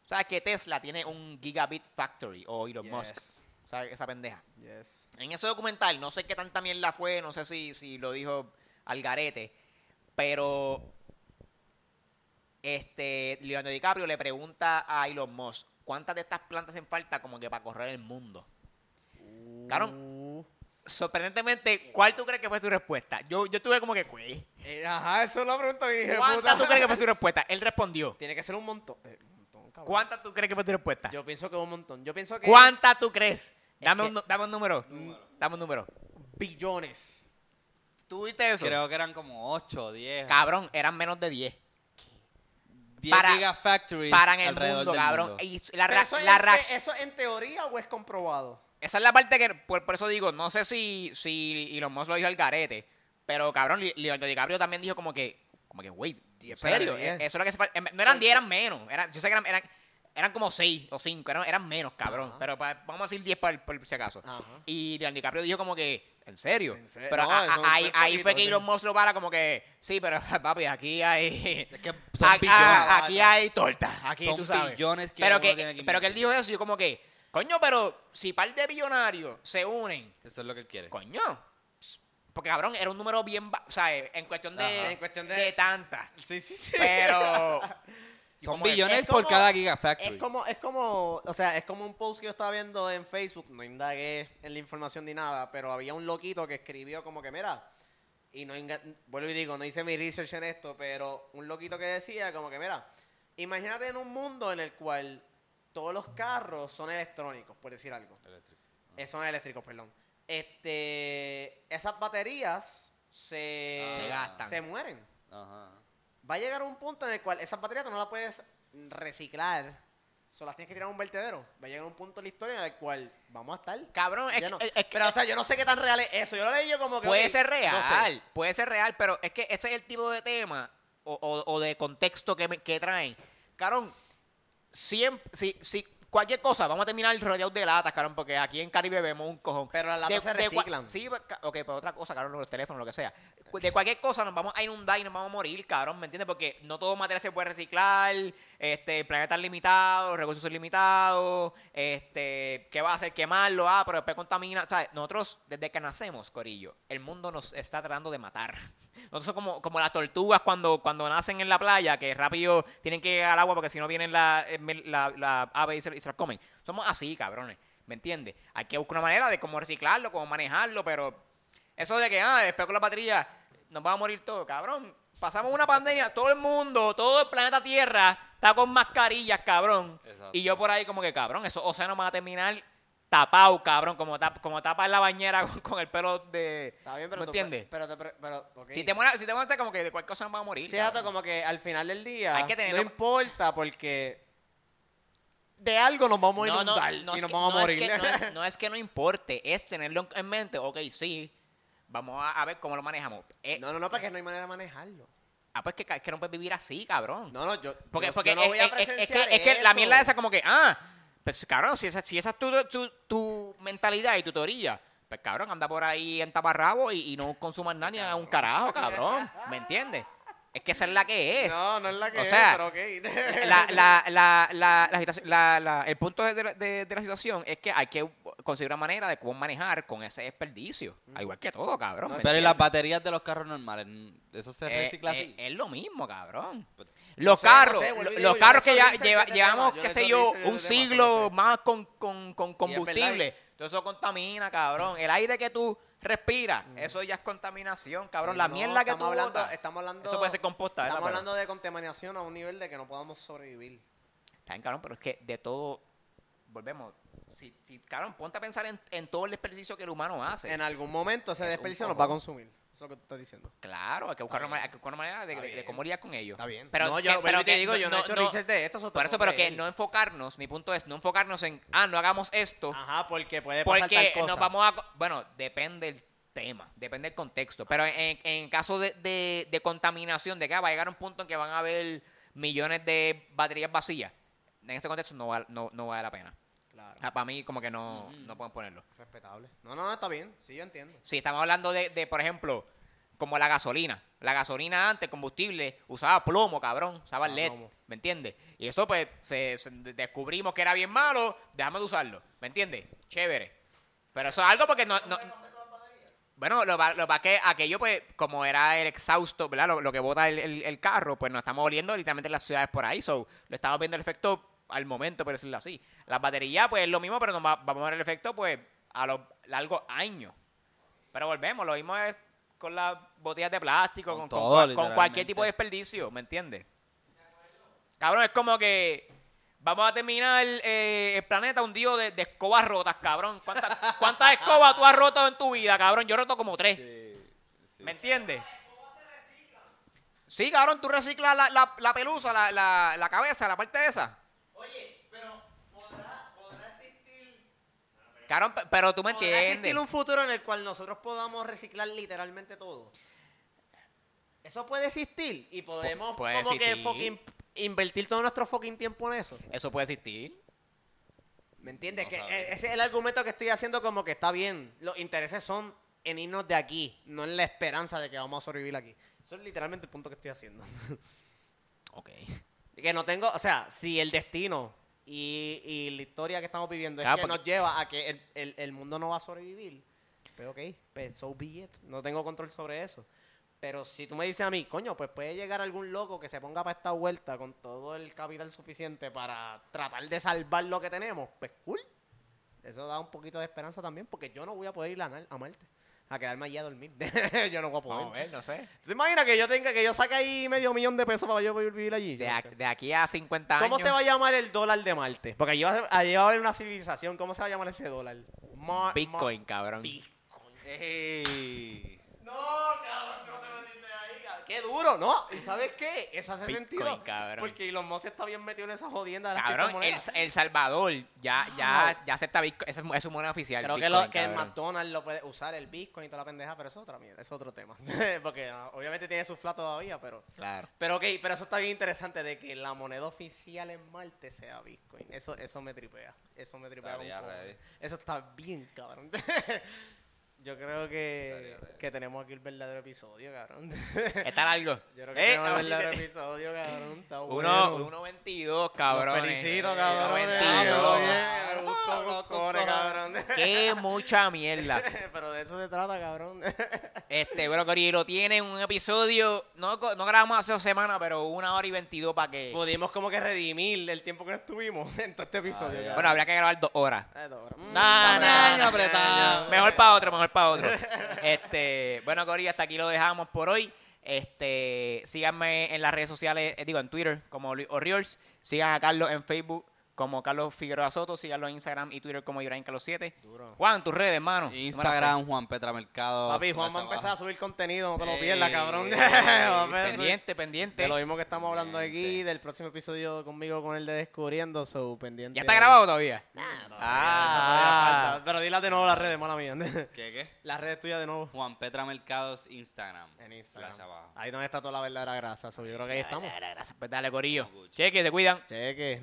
¿Sabes que Tesla tiene un Gigabit Factory o Elon Musk? Yes, ¿Sabes esa pendeja? yes. En ese documental, no sé qué tanta mierda fue, no sé si, si lo dijo Algarete, pero este Leonardo DiCaprio le pregunta a Elon Musk cuántas de estas plantas hacen falta como que para correr el mundo. Mm. Uh. Cabrón. Sorprendentemente, ¿cuál tú crees que fue su respuesta? Yo, yo tuve como que, "Güey, Eh, ajá, eso lo pregunto y dije, ¿cuántas puta. tú crees que fue su respuesta? Él respondió, Tiene que ser un montón. Eh, un montón, cabrón. ¿cuántas tú crees que fue tu respuesta? Yo pienso que un montón. Yo pienso que ¿Cuántas tú crees? Dame que- un, nu- dame un número. Número. Dame un número. billones. ¿Tú viste eso? Creo que eran como 8 o 10. Cabrón, eran menos de 10. 10 para- gigafactories paran el alrededor mundo, del cabrón. mundo. Y la, Pero ra- eso, es la en te- reacc- ¿Eso en teoría o es comprobado? Esa es la parte que, por, por eso digo, no sé si, si Elon Musk lo dijo al garete, pero cabrón, Li- Leonardo DiCaprio también dijo como que, como que, wait, ¿en Eso era serio? diez. E- Eso era que se fal- em, Pues No eran 10, eran menos. Era- yo sé que eran, eran, eran como 6 o 5, eran, eran menos, cabrón. Ajá. Pero pa- vamos a decir 10 por, por si acaso. Ajá. Y Leonardo DiCaprio dijo como que, ¿en serio? ¿En serio? Pero No, a- a- eso fue ahí, ahí poquito, fue que sí. Elon Musk lo para como que, sí, pero papi, aquí hay... Es que son a- a- billones. aquí hay tortas, aquí Son tú sabes. billones que pero uno que, tiene que pero que él dijo eso y yo como que, coño, pero si par de billonarios se unen, Eso es lo que él quiere. coño, porque cabrón, era un número bien, ba- o sea, en cuestión Ajá. de, En cuestión de- tantas, Sí, sí, sí. pero Son como que- billones es por como- cada gigafactory. Es como, es como, o sea, es como un post que yo estaba viendo en Facebook, no indagué en la información ni nada, pero había un loquito que escribió como que, mira, y no, inga- vuelvo y digo, no hice mi research en esto, pero un loquito que decía como que, mira, imagínate en un mundo en el cual todos los carros son electrónicos, por decir algo. Eh, son eléctricos, perdón. Este, esas baterías se, Ah. Se gastan. se mueren Ajá. va a llegar un punto en el cual esas baterías tú no las puedes reciclar. Solo las tienes que tirar a un vertedero. Va a llegar un punto en la historia en el cual vamos a estar. cabrón, es, llenos. que- es que- pero, o sea, yo no sé qué tan real es eso. Yo lo leí yo como que. puede ok, ser no sé. real, puede ser real, pero es que ese es el tipo de tema o, o- o de contexto que, me- que traen. Cabrón, siempre, si, si cualquier cosa, vamos a terminar rodeados de latas, cabrón, porque aquí en Caribe vemos un cojón. Pero las latas se de cua- reciclan. sí, pues, ca- ok, pero otra cosa, cabrón, los teléfonos, lo que sea. Cu- De cualquier cosa nos vamos a inundar y nos vamos a morir, cabrón, ¿me entiendes? Porque no todo material se puede reciclar, este, el planeta es limitado, los recursos son limitados, este, ¿qué va a hacer? Quemarlo, ah, pero después contamina. O sea, nosotros, desde que nacemos, Corillo, el mundo nos está tratando de matar. Nosotros somos como, como las tortugas cuando, cuando nacen en la playa, que rápido tienen que llegar al agua porque si no vienen la, eh, la, la ave y se, y se las comen. Somos así, cabrones. ¿Me entiendes? Hay que buscar una manera de cómo reciclarlo, cómo manejarlo, pero eso de que, ah, después con la batería nos va a morir todo, cabrón. Pasamos una pandemia, todo el mundo, todo el planeta Tierra está con mascarillas, cabrón. Exacto. Y yo por ahí como que, cabrón, esos océanos van a terminar tapado, cabrón, como, tap, como tapa en la bañera con, con el pelo de... Está bien, pero ¿Me tú- entiendes? Pero, te pre- pero, ok. Si te mueres, si te mueres, como que de cualquier cosa nos vamos a morir. Sí, exacto, cabrón. como que al final del día Hay que tenerlo- no importa porque de algo nos vamos a No, no, inundar no y es nos que- vamos a no es morir. que- no es- no es que no importe, es tenerlo en mente. Ok, sí, vamos a, a ver cómo lo manejamos. Eh, no, no, no, porque no hay manera de manejarlo. Ah, pues que, ca- que no puedes vivir así, cabrón. No, no, yo, porque yo- porque yo no es, voy a es- es- es que, presenciar es que la eso. mierda esa como que, ah, pues cabrón, si esa, si esa es tu, tu, tu mentalidad y tu teoría, pues cabrón, anda por ahí en taparrabo y, y no consumas nada ni a un carajo, cabrón. ¿Me entiendes? Es que esa es la que es. No, no es la que O es, sea, pero ok. la, la, la, la, la situación- la- la- el punto de, la- de- de la situación es que hay que conseguir una manera de cómo manejar con ese desperdicio. Mm. Al igual que todo, cabrón. ¿me Pero y entiendes? las baterías de los carros normales, mm, eso se Eh, recicla así. eh, es lo mismo, cabrón. Pues, Los no sé, carros, no sé, vuelvo y lo- digo, los yo carros no que soy ya research lleva- de llevamos, tema, yo qué no sé soy yo, research de un tema, siglo no sé. más con, con, con verdad combustible. Todo eso contamina, cabrón. El aire que tú respiras, eso ya es contaminación, cabrón. Mm. Sí, la no, mierda que tú estamos hablando, botas, estamos hablando eso puede ser composta. ¿verdad? Estamos Pero- hablando de contaminación a un nivel de que no podamos sobrevivir. Está bien, cabrón, pero es que de todo. Volvemos. Si, si cabrón, ponte a pensar en, en todo el desperdicio que el humano hace. En algún momento ese Es un desperdicio nos cojón. va a consumir. Eso es lo que tú estás diciendo. Claro, hay que buscar una, manera- hay que buscar una manera de, Está de- de bien. cómo lidiar con ellos. Pero Pero, no, que- yo, pero pero te que digo, yo no, he hecho research de esto. eso Por te eso, puedo pero que creer. no enfocarnos, mi punto es, no enfocarnos en, ah, no hagamos esto, Ajá, porque puede pasar porque tal cosa. nos vamos a... co- Bueno, depende el tema, depende el contexto, pero en, en caso de, de- de contaminación, de que ah, va a llegar un punto en que van a haber millones de baterías vacías, en ese contexto no, va- no, no vale la pena. Claro, para Ah, mí como que no, no pueden ponerlo. respetable. No, no, está bien. Sí, yo entiendo. Si estamos hablando de, de, por ejemplo, como la gasolina. La gasolina antes, combustible, usaba plomo, cabrón, usaba Usaba LED, plomo. ¿me entiendes? Y eso pues se, se- descubrimos que era bien malo, dejamos de usarlo, ¿me entiendes? Chévere. Pero eso es algo porque no... no- bueno, lo pa- lo pa que aquello, pues, como era el exhausto, ¿verdad? Lo, lo que bota el, el- el carro, pues nos estamos oliendo literalmente en las ciudades por ahí. So, lo estamos viendo el efecto al momento, por decirlo así. Las baterías, pues, es lo mismo, pero nos va- vamos a ver el efecto, pues, a los largos años. Pero volvemos, lo mismo es con las botellas de plástico, con, Con con todo, cua- con literalmente. cualquier tipo de desperdicio, ¿me entiendes? Cabrón, es como que vamos a terminar eh, el planeta hundido de, de escobas rotas, cabrón. ¿Cuántas, cuántas escobas tú has roto en tu vida, cabrón? Yo he roto como tres. ¿Me entiendes? Sí, cabrón, tú reciclas la, la, la pelusa, la, la, la cabeza, la parte de esa. Oye, pero ¿podrá, existir...? Cabrón, pe- pero tú me ¿Podrá entiendes. existir un futuro en el cual nosotros podamos reciclar literalmente todo? Eso puede existir y podemos puede como que existir. fucking invertir todo nuestro fucking tiempo en eso. Eso puede existir. ¿Me entiendes? No que sabe. eh, ese es el argumento que estoy haciendo como que está bien. Los intereses son en irnos de aquí, no en la esperanza de que vamos a sobrevivir aquí. Eso es literalmente el punto que estoy haciendo. Ok. Que no tengo, o sea, si el destino y, y la historia que estamos viviendo Claro, es que porque- nos lleva a que el, el- el mundo no va a sobrevivir, pero ok, pues so be it. No tengo control sobre eso. Pero si tú me dices a mí, coño, pues puede llegar algún loco que se ponga para esta vuelta con todo el capital suficiente para tratar de salvar lo que tenemos, pues cool. Eso da un poquito de esperanza también, porque yo no voy a poder ir a, Nar- a Marte, a quedarme allí a dormir. yo no voy a poder. Vamos a ver, no sé. ¿Tú te imaginas que yo tenga, que yo saque ahí medio millón de pesos para yo poder vivir allí? Yo De, no ac- sé. de aquí a 50 años. ¿Cómo se va a llamar el dólar de Marte? Porque allí va, a ser- allí va a haber una civilización. ¿Cómo se va a llamar ese dólar? Ma- ma- Bitcoin, cabrón. Bi- Ey. No, cabrón, no te metiste ahí. ¡Qué duro! ¿No? ¿Y sabes qué? Eso hace Bitcoin, sentido. cabrón. Porque Elon Musk está bien metido en esa jodienda de las Cabrón, el, criptomonedas. el Salvador ya, ya, ya acepta Bitcoin. Esa es, es su moneda oficial. Creo que, Bitcoin, lo, que el cabrón. McDonald's lo puede usar, el Bitcoin y toda la pendeja, pero eso es otra mierda, es otro tema. Porque ah, obviamente tiene su fla todavía, pero... Claro. Pero ok, pero eso está bien interesante de que la moneda oficial en Marte sea Bitcoin. Eso, eso me tripea. Eso me tripea. Estaría un cojones. ready. Eso está bien, cabrón. Yo creo que, Estaría ready. que tenemos aquí el verdadero episodio, cabrón. Está largo. Yo creo que tenemos el Eh, estamos- verdadero episodio, cabrón. Está bueno. Uno- 1.22, cabrón. eh, Los felicito, cabrón. cabrones. Me gustó Cabrón, con cojones, cabrón. Qué mucha mierda. Pero de eso se trata, cabrón. Este, Brocori lo tiene en un episodio. No, co- no grabamos hace dos semanas, pero una hora y 22 para que. Pudimos como que redimir el tiempo que estuvimos en todo este episodio, Ah, Ay, ay. Bueno, habría que grabar dos horas. Nah, Nah, nah, nah, nah, apretado. Mejor para otro, mejor para otro. Este, bueno, Corillo, hasta aquí lo dejamos por hoy. Este, síganme en las redes sociales, eh, digo, en Twitter como Luis Orioles. Sigan a Carlos en Facebook como Carlos Figueroa Soto. Síganlo en Instagram y Twitter como Ibrahim Carlos 7. Duro. Juan, tus redes, hermano. Instagram, Juan Petra Mercado. Papi, Juan va a Smash empezar a abajo. subir contenido, no te lo Ey, pierdas, cabrón. ey, Va a empezar a subir Pendiente, pendiente. De lo mismo que estamos hablando aquí, Pendiente. del próximo episodio conmigo con el de Descubriendo, so pendiente. ¿Ya está grabado todavía? Ah, Ah. pero dilas de nuevo las redes, mala mía. ¿Qué, qué? Las redes tuyas de nuevo. Juan Petra Mercados, Instagram. En Instagram. Slash abajo. Ahí donde está toda la verdadera grasa, so yo creo que ahí estamos. Dale, dale, Gracias, pues dale, Corillo. Mucho. Cheque, te cuidan. Cheque.